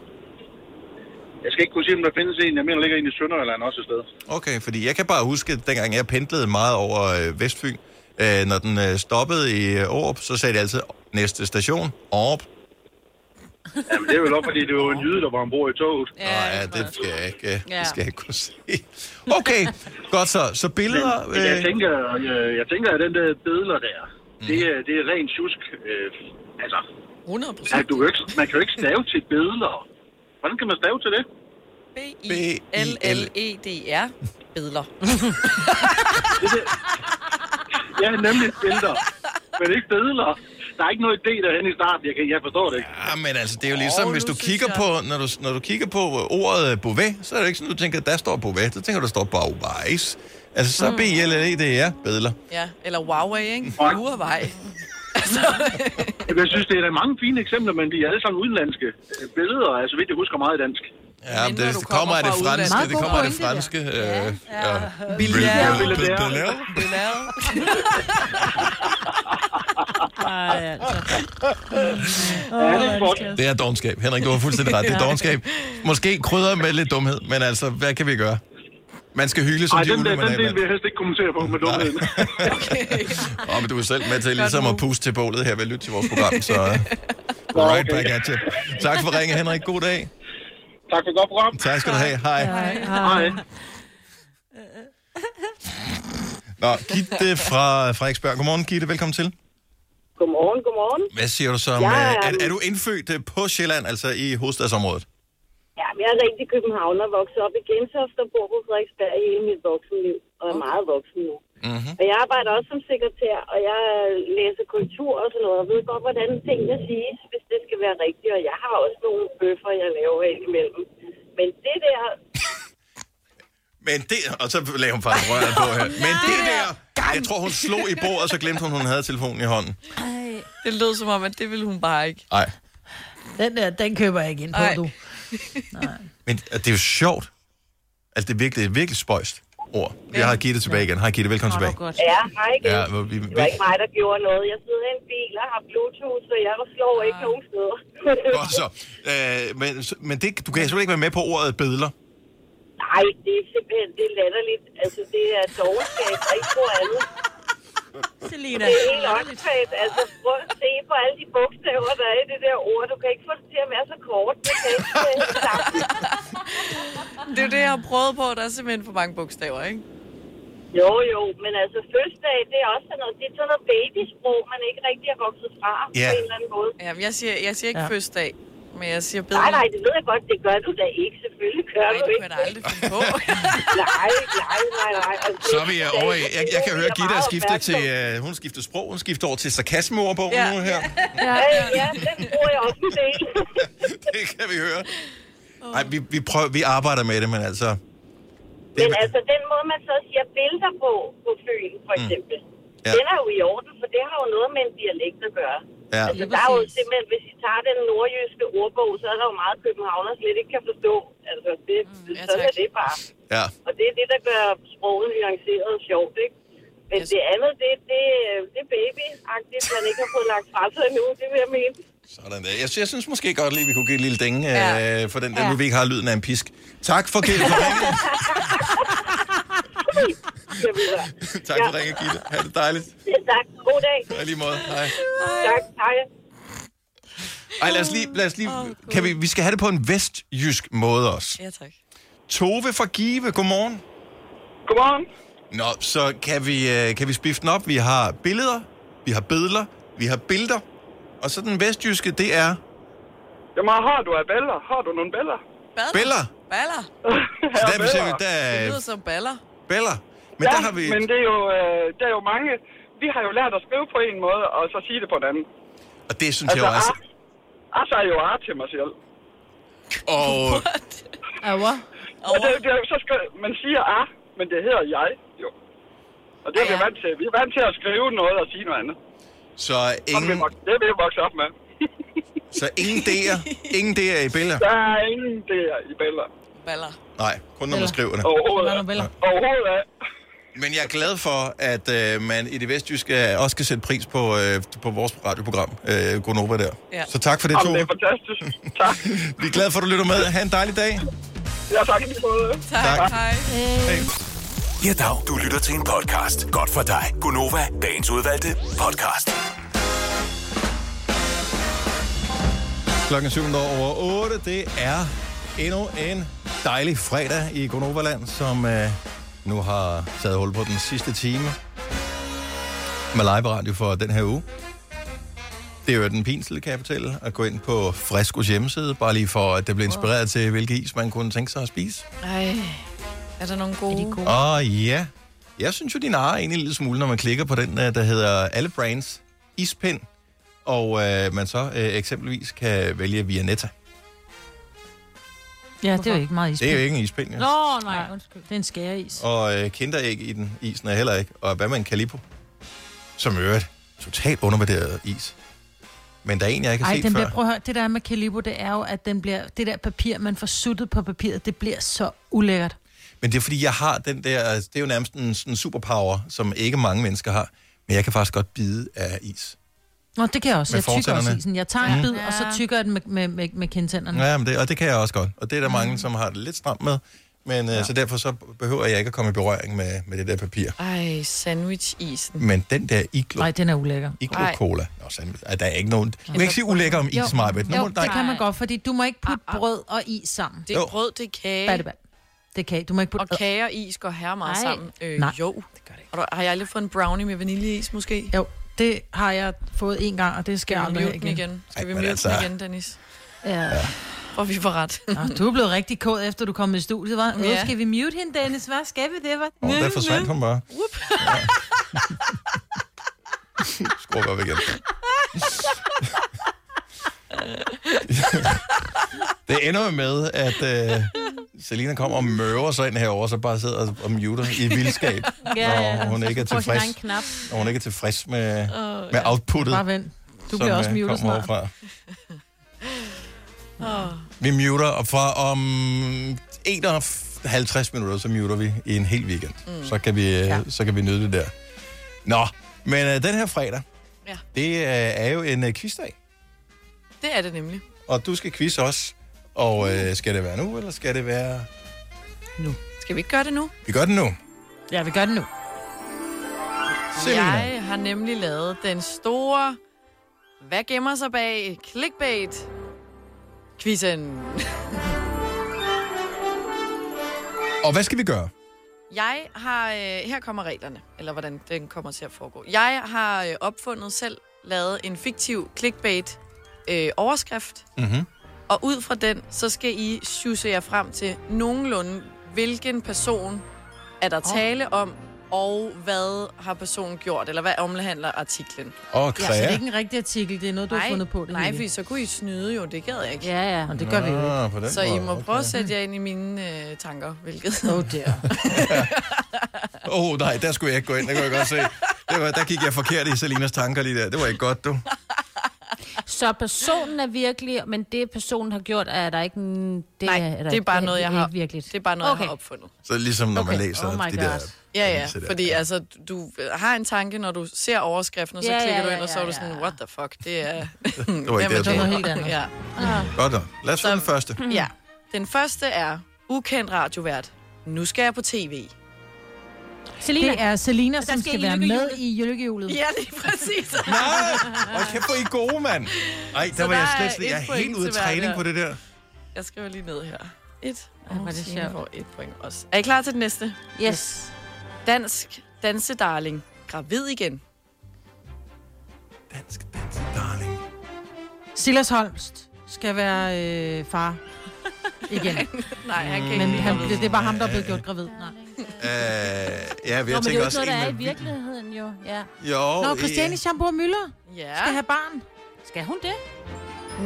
S15: Jeg skal ikke kunne sige, om der findes en. Jeg mener, der ligger en i Sønderjylland også et sted.
S1: Okay, fordi jeg kan bare huske, at dengang jeg pendlede meget over øh, Vestfyn, øh, når den øh, stoppede i øh, Aarup, så sagde de altid, næste station, Aarup.
S8: Jamen, det er vel op, fordi det var en jyde, der var ombord i toget.
S1: Ja, ja det skal jeg ikke, øh,
S8: Ja.
S1: det skal jeg ikke kunne se. Okay, godt så. Så billeder... øh,
S8: Men jeg tænker, jeg, jeg tænker, at den der billeder der, det, er, det er rent tjusk. Øh, altså,
S9: 100
S8: man, du kan jo ikke, man kan jo ikke stave til billeder. Hvordan kan man stave til det?
S9: E B-I-L-L-E-D-R. Bedler.
S8: Ja, nemlig billeder. Men ikke billeder. Der er ikke noget idé derhen i starten. Jeg, kan, jeg forstår det ikke.
S1: Ja, men altså, det er jo ligesom, oh, hvis du kigger på, når du, når du kigger på ordet øh, Beauvais, så er det ikke sådan, du tænker, der står Beauvais, så tænker du, der står Beauvais. Altså, så
S9: Mm.
S1: mm. BLLE, det er bedler.
S9: Ja, eller Huawei, ikke? Huawei.
S8: Jamen, Jeg synes, det er der mange fine eksempler, men de er alle sammen udenlandske øh, billeder. Altså, vidt jeg husker meget dansk.
S1: Ja, men det, det kommer af det franske. Det kommer af det franske. Øh, ja.
S8: Villære.
S1: Villære.
S5: Ej, altså.
S1: altså. Det er dogenskab. Henrik, du har fuldstændig ret. Det er dogenskab. Måske krydder med lidt dumhed, men altså, hvad kan vi gøre? Man skal hyle som
S8: Ej,
S1: de
S8: den,
S1: ulve,
S8: der,
S1: man
S8: den
S1: er.
S8: del vil jeg helst ikke kommentere på med dumheden.
S1: Åh, men du er selv med til ligesom at puste til bålet her ved at lytte til vores program, så øh,
S8: Nå, okay.
S1: right back at you. Tak for ringen, Henrik. God dag.
S8: Tak for godt program.
S1: Tak skal du have. Hej.
S8: Hej.
S1: Nå, Gitte fra Frederiksberg. Godmorgen, Gitte. Velkommen til.
S16: Godmorgen, godmorgen.
S1: Hvad siger du så? Om,
S16: Ja,
S1: øh,
S16: ja.
S1: er, er du indfødt øh, på Sjælland, altså i hovedstadsområdet?
S16: Ja, men jeg er rigtig københavner, vokset op i Gentofte og bor på Frederiksberg i hele mit voksenliv, og er meget voksen nu.
S1: Mm-hmm.
S16: Og jeg arbejder også som sekretær, og jeg læser kultur og sådan noget, og ved godt, hvordan tingene siges, hvis det skal være rigtigt. Og jeg har også nogle bøffer, jeg laver indimellem. Men det der,
S1: Men det... Og så laver hun faktisk røret på her. Men det der... Jeg tror, hun slog i bordet, og så glemte hun, hun havde telefonen i hånden.
S9: Det lød som om, at det ville hun bare ikke.
S1: Nej.
S2: Den der, den køber jeg ikke ind på,
S9: Ej.
S2: du.
S1: Men øh, det er jo sjovt. Altså, det er virkelig, et virkelig spøjst ord. Jeg har Gitte tilbage igen. Hej, Gitte. Velkommen tilbage.
S16: ja, hej igen.
S1: Ja, hvor vi-
S16: Det var ikke mig, der gjorde noget. Jeg sidder i en bil og har bluetooth, så jeg slår
S9: Ah.
S16: ikke nogen steder.
S1: Godt så. Øh, men men det, du kan selvfølgelig ikke være med på ordet bedler.
S16: Nej, det er simpelthen det er latterligt. Altså, det er dogenskab og ikke noget andet.
S5: Selina.
S16: Det er helt åndssvagt. Altså, prøv at se på alle de bogstaver, der er i det der ord. Du kan ikke få det til at være så kort. Det kan ikke øh, hænge sammen.
S9: Det er jo det, jeg har prøvet på. Der er simpelthen for mange bogstaver, ikke?
S16: Jo, jo, men altså fødselsdag, det er også sådan noget, det er sådan noget babysprog, man ikke rigtig er vokset fra
S9: Ja.
S16: på en eller anden måde.
S9: Ja, jeg siger, jeg siger ikke
S16: Ja.
S9: ja. fødselsdag, men jeg siger bedre.
S16: Nej, nej, det ved jeg godt, det gør du da ikke. Selvfølgelig gør
S9: Nej,
S16: du
S9: det
S16: ikke.
S9: kunne jeg da aldrig finde på.
S16: nej, nej, nej, nej. Altså,
S1: Så vil jeg over i, jeg, jeg kan høre
S16: Jeg er
S1: Gitte
S16: meget
S1: skifte
S16: opmærksom.
S1: til, øh, hun skifter sprog, hun skifter over til sarkasmeordbogen
S16: Ja.
S1: nu her.
S16: Ja, ja, den bruger jeg også en del.
S1: det kan vi høre. Nej, vi, vi, prøver, vi arbejder med det, men altså...
S16: Men altså, den måde, man så siger billeder på, på Fyn, for eksempel,
S1: Mm. Ja.
S16: den er jo i orden, for det har jo noget med en dialekt at gøre.
S1: Ja.
S16: Altså, der er jo simpelthen, hvis I tager den nordjyske ordbog, så er der jo meget københavner slet ikke kan forstå. Altså, det, mm,
S9: ja,
S16: sådan er det bare.
S1: Ja.
S16: Og det er det, der gør sproget nuanceret og sjovt, ikke? Men det andet, det, det, øh, det er babyagtigt, man ikke har fået lagt fra sig endnu, det vil jeg mene.
S1: Sådan der. Jeg, sy- jeg synes måske godt lige, vi kunne give et lille dænge
S16: Ja.
S1: øh, for den der,
S16: Ja.
S1: nu vi ikke har lyden af en pisk. Tak for Gitte. for ringen. tak for ringen, Gitte. Ha' det dejligt.
S16: Ja, tak. God dag.
S1: Og i lige måde. Hej.
S16: Tak. Hej.
S1: Ej, lad os lige... Lad os lige kan vi, vi skal have det på en vestjysk måde også.
S9: Ja, tak.
S1: Tove fra Give, godmorgen.
S16: Godmorgen.
S1: Nå, så kan vi, øh, kan vi spifte den op. Vi har billeder, vi har billeder, vi har billeder. Og så den vestjyske, det er...
S17: Jamen, har du af baller? Har du nogle baller?
S1: Biller.
S9: Baller.
S1: Så der, er vi simpelthen- der
S9: Det
S1: er
S9: lyder som baller.
S1: biller. Men
S17: ja,
S1: der har vi...
S17: men det er, jo, øh, der er jo mange... Vi har jo lært at skrive på en måde, og så sige det på en anden.
S1: Og det synes altså, jeg jo også...
S17: Ah, så er jo ar til mig selv. ah.
S1: Og...
S17: Aua. Men, det, det, er jo så skal, man siger ah, men det hedder jeg, jo. Og det er vi vant til. Vi er vant til at skrive noget og sige noget andet.
S1: Så
S17: Det
S1: ingen,
S17: er vok- det er vi vokset op med.
S1: så ingen D'er, ingen D'er i biller.
S17: Der er ingen der i baller.
S9: Baller.
S1: Nej, kun når man skriver det.
S17: Overhovedet. Overhovedet af.
S1: Men jeg er glad for, at øh, man i det vestjyske også kan sætte pris på, øh, på vores radioprogram, øh, Gonova der.
S17: Ja.
S1: Så tak for det,
S17: Jamen,
S1: Tove.
S17: det er fantastisk. Tak.
S1: Vi er glade for, at du lytter med. Ha' en dejlig dag.
S17: Ja, tak i lige måde.
S1: Tak.
S9: Hej.
S6: Ja, dag. Du lytter til en podcast. Godt for dig. Gunova, dagens udvalgte podcast.
S1: Klokken er syv minutter over 8. Det er endnu en dejlig fredag i Gronoverland, som øh, nu har taget hul på den sidste time med live-radio for den her uge. Det er jo den pinsel, kan jeg fortælle, at gå ind på Frescos hjemmeside, bare lige for, at det blev inspireret til, hvilke is man kunne tænke sig at spise.
S9: Ej, er der nogle gode? Er de gode?
S1: Åh oh, ja. Jeg synes jo, de narer egentlig en lille smule, når man klikker på den, øh, der hedder alle brands ispind, og øh, man så øh, eksempelvis kan vælge Vianetta.
S3: Ja, det er jo ikke meget
S1: Det
S3: ispind.
S1: er jo ikke en ispind, ja.
S3: Nå, nej, undskyld. Det er en skæreis.
S1: Og øh, kinderæg i den, isen er heller ikke. Og hvad man kan lide på. Som i øvrigt, totalt undervurderet is. Men der er en, jeg ikke har
S3: Ej,
S1: set
S3: den
S1: før.
S3: bliver, prøv at høre, det der med Calibo, det er jo, at den bliver, det der papir, man får suttet på papiret, det bliver så ulækkert.
S1: Men det er fordi, jeg har den der, altså, det er jo nærmest en sådan superpower, som ikke mange mennesker har. Men jeg kan faktisk godt bide af is.
S3: Nå, det kan jeg
S1: Med
S3: også. jeg tykker også
S1: fortænderne.
S3: isen. Jeg tager en
S1: Mhm.
S3: bid, og så tykker jeg den med, med, med, med kindtænderne.
S1: Ja, men det, og det kan jeg også godt. Og det er der
S3: Mm.
S1: mange, som har det lidt stramt med. Men ja. øh, så derfor så behøver jeg ikke at komme i berøring med, med det der papir.
S9: Ej, sandwich-isen.
S1: Men den der iglo,
S3: Nej, den er ulækker.
S1: iglo-cola, Nå, sandwich, Ej, der er ikke nogen... Du kan ikke sige ulækker om
S3: Jo. Ah,
S1: is, Maja.
S3: Jo, det kan man godt, fordi du må ikke putte brød og is sammen.
S9: Det er Jo. brød, det er kage.
S3: Bad, bad. Det er kage. Du må ikke putte...
S9: Og kager og is går her meget
S3: Nej.
S9: sammen. Øh,
S3: Nej.
S9: Jo. Det gør det ikke. Og der, har jeg aldrig fået en brownie med vaniljeis, måske?
S3: Jo, det har jeg fået en gang, og det skal jeg aldrig have
S9: mute den igen. Skal vi
S3: men
S9: mute
S3: altså-
S9: den igen, Dennis?
S3: Ja.
S9: For vi får ret.
S3: Nå, du er blevet rigtig kåd, efter du kom i studiet, var.
S9: Ja.
S3: Ja. skal vi mute hende, Dennis? Hvad skal vi det, var?
S1: Og der forsvandt hun bare. Ja. Skruer bare væk igen. Det ender jo med, at øh, Selina kommer og møver sig ind herover, så bare sidder og- og muter i vildskab, når hun ikke er
S5: Får sin
S1: tilfreds,
S5: egen knap.
S1: når hun ikke er tilfreds med,
S5: Åh,
S1: med
S5: ja.
S1: outputtet,
S5: Bare vent.
S3: Du bliver også
S1: øh,
S3: muted
S1: kommer
S3: snart.
S1: overfra.
S9: Åh.
S1: Vi muter, og fra om 51 minutter, så muter vi i en hel weekend. Mm. Så, kan vi, ja. så kan vi nyde det der. Nå, men øh, den her fredag,
S9: Ja.
S1: det øh, er jo en øh, quizdag,
S9: Det er det nemlig.
S1: og du skal quizze os. Og øh, skal det være nu, eller skal det være...
S9: Skal vi ikke gøre det nu?
S1: Vi gør det nu.
S3: Ja, vi gør det nu.
S1: Selina.
S9: Jeg har nemlig lavet den store... Hvad gemmer sig bag clickbait? Quizzen.
S1: Og hvad skal vi gøre?
S9: Jeg har... Øh, her kommer reglerne, eller hvordan den kommer til at foregå. Jeg har øh, opfundet selv, lavet en fiktiv clickbait-overskrift,
S1: Mm-hmm.
S9: og ud fra den, så skal I susse jer frem til nogenlunde, hvilken person er der tale om, og hvad har personen gjort, eller hvad omhandler artiklen.
S1: Og
S3: Ja, så det er ikke en rigtig artikel, det er noget, du har
S9: Nej,
S3: fundet på. Det
S9: Nej,
S3: hele.
S9: fordi så kunne I snyde jo, det gad jeg ikke.
S3: Ja, ja. Nå, det gør vi jo Nå,
S1: Ah,
S3: ikke. på den
S9: Så I
S3: måde,
S9: må
S3: okay.
S9: prøve at sætte jer ind i mine øh, tanker, hvilket...
S3: Oh, der.
S1: Åh, oh, nej, der skulle jeg ikke gå ind, det kunne jeg godt se. Det var, der gik jeg forkert i Selinas tanker lige der. Det var ikke godt, du.
S5: Så personen er virkelig, men det personen har gjort, er der ikke... en- Det
S9: Nej,
S5: er, der
S9: det er bare
S5: ikke-
S9: noget,
S5: det
S9: jeg
S5: er
S9: har-
S5: ikke virkeligt.
S9: det er bare noget, jeg har opfundet.
S1: Så ligesom når okay. man
S5: Okay.
S1: læser
S5: Oh my
S1: de
S5: God.
S1: der...
S9: Ja, ja,
S1: aviser der.
S9: fordi altså, du har en tanke, når du ser overskriften, og så
S5: Ja,
S9: klikker
S5: ja,
S9: du ind,
S5: ja,
S9: og så er du
S5: ja,
S9: sådan, what the fuck, det er...
S1: Det var ikke det, jeg
S9: Hvem er
S1: troede.
S9: Ja.
S1: Godt nok. Lad os få den første.
S9: ja. Den første er ukendt radiovært. Nu skal jeg på tv.
S3: Selina. Det er Selina, som
S9: skal
S3: skal
S9: i
S3: være med
S9: lykkehjulet.
S3: i lykkehjulet.
S9: Ja, lige præcis.
S1: Nej, og kæft, hvor I er gode, mand. Ej, der
S9: Så
S1: var jeg
S9: der er
S1: slet, slet
S9: et
S1: jeg er
S9: point
S1: helt ude af
S9: til hver
S1: træning
S9: der.
S1: på det der.
S9: Jeg skriver lige ned her. Et.
S5: Ja, hvor er det
S9: Signe
S5: sjovt.
S9: får et point også. Er I klar til den næste?
S5: Yes.
S9: Dansk dansedarling. Gravid igen.
S3: Silas Holmst skal være øh, far igen.
S9: Nej, han kan
S3: Men
S9: ikke
S3: han,
S9: blive gravid.
S3: det er bare ham, der er blevet gjort gravid. Nej.
S1: Øh, ja, men
S5: Nå,
S1: jeg
S5: men det er jo
S1: tænker
S5: ikke
S1: også...
S5: noget, der
S1: en
S5: er i
S1: med-
S5: virkeligheden, jo. Ja.
S1: Jo,
S3: Nå,
S1: øh,
S3: Christiane Schamburg Møller
S9: Ja.
S3: skal have barn.
S5: Skal hun det?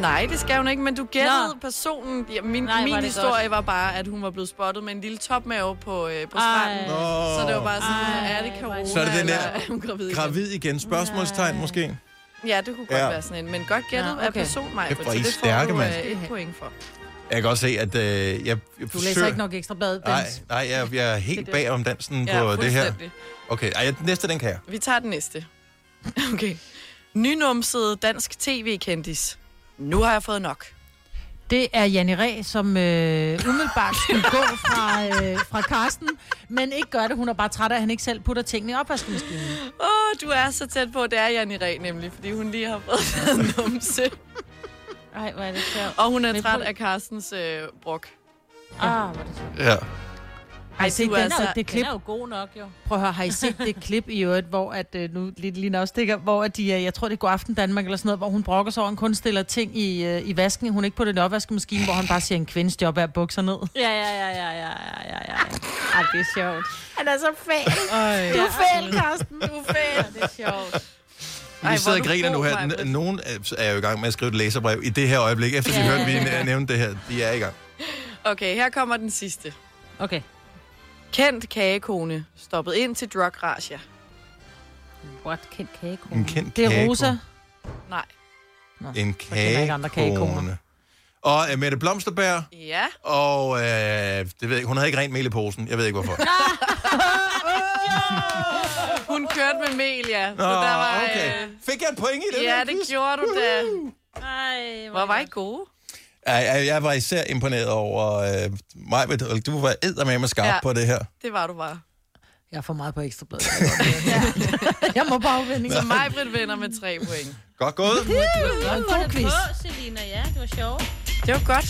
S9: Nej, det skal hun ikke, men du gættede
S5: Nå.
S9: personen. Ja, min
S5: Nej,
S9: Nej,
S5: hvor
S9: min
S5: er det
S9: historie
S5: godt.
S9: var bare, at hun var blevet spottet med en lille topmave på, øh, på
S5: Ej.
S9: stranden.
S1: Nå.
S9: Så det var bare sådan, er det corona,
S1: Så er det den
S9: eller
S1: der
S9: er hun gravid, igen?
S1: gravid igen. Spørgsmålstegn måske.
S9: Ja, det kunne godt
S1: Ja.
S9: ja. være sådan en. Men godt gættet
S3: Nå,
S9: ja, okay.
S3: okay.
S9: af person, Maja.
S1: Kæft, hvor
S9: så
S1: er I
S9: det
S1: stærke,
S9: får du
S1: mand.
S9: øh, et point for.
S1: Jeg kan godt se, at øh, jeg, jeg
S3: Du læser ikke nok ekstra bladet,
S1: Nej,
S3: Dennis.
S1: nej jeg, jeg er helt
S9: det.
S1: bag om dansen
S9: Ja,
S1: på det her.
S9: fuldstændig.
S1: Okay, ej, den næste, den kan jeg.
S9: Vi tager den næste. Okay. Nynumset dansk tv-kendis. Nu har jeg fået nok.
S3: Det er Janne Ræ, som øh, umiddelbart skulle gå fra, øh, fra Karsten, men ikke gør det. Hun er bare træt af, at han ikke selv putter tingene i opvaskemaskinen.
S9: Åh, oh, du er så tæt på. Det er Janne Ræ nemlig, fordi hun lige har fået en numse.
S5: Ej, hvor er det sjovt.
S9: Og hun er træt af Carstens øh, brok.
S5: Ah, hvor er det sjovt.
S1: Ja.
S3: Har I set
S5: du
S3: den,
S5: altså-
S3: altså, det
S5: den
S3: klip?
S5: er jo god nok, jo.
S3: Prøv at høre, har I set det klip i øvrigt, hvor at, øh, nu lige, lige en afstikker, hvor at de, er- jeg tror det er God Aften Danmark eller sådan noget, hvor hun brokker sig over, at hun kun stiller ting i, øh, i vasken. Hun er ikke på den opvaskemaskine, hvor han bare siger, en kvindes job er at bukke sig ned.
S5: Ja, ja, ja, ja, ja, ja, ja, ja. Ej, det er sjovt.
S3: Han er så fæl.
S5: Ej.
S3: Du er fæl,
S5: Karsten. Du er fæl. Det er sjovt.
S1: Vi sidder og griner nu her. N- Nogen er- er jo i gang med at skrive et læserbrev i det her øjeblik, efter de
S9: Ja.
S1: hørte, vi næ- nævnte det her. De er i gang.
S9: Okay, her kommer den sidste.
S5: Okay.
S9: Kendt kagekone stoppet ind til drug razzia.
S5: What? Kendt kagekone?
S1: En kendt Det er kagekone. Rosa.
S9: Nej.
S1: En
S9: kender ikke andre
S1: kagekone. Og uh, Mette Blomsterbær,
S9: Ja.
S1: og uh, det ved jeg, ikke, hun havde ikke rent mel i posen. Jeg ved ikke, hvorfor.
S9: Hun kørte med mel, ja. Så
S1: Nå,
S9: der var, øh,
S1: okay. Fik jeg et point i det?
S9: Ja,
S1: der
S9: det
S1: quiz?
S9: gjorde du da.
S5: Nej,
S9: hvor var I gode?
S1: Ej, ej, jeg var især imponeret over uh, mig. Du var eddermame skarp
S9: Ja.
S1: ja. på det her.
S9: Det var du bare.
S3: Jeg er for meget på ekstrabladet. jeg må bare afvende.
S9: Så Majbrit vinder med tre point.
S1: Godt gået.
S5: Det var en god quiz. Selina, ja. Det var sjovt.
S9: Det var godt.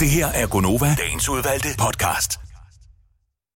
S6: Det her er Gonova, dagens udvalgte podcast.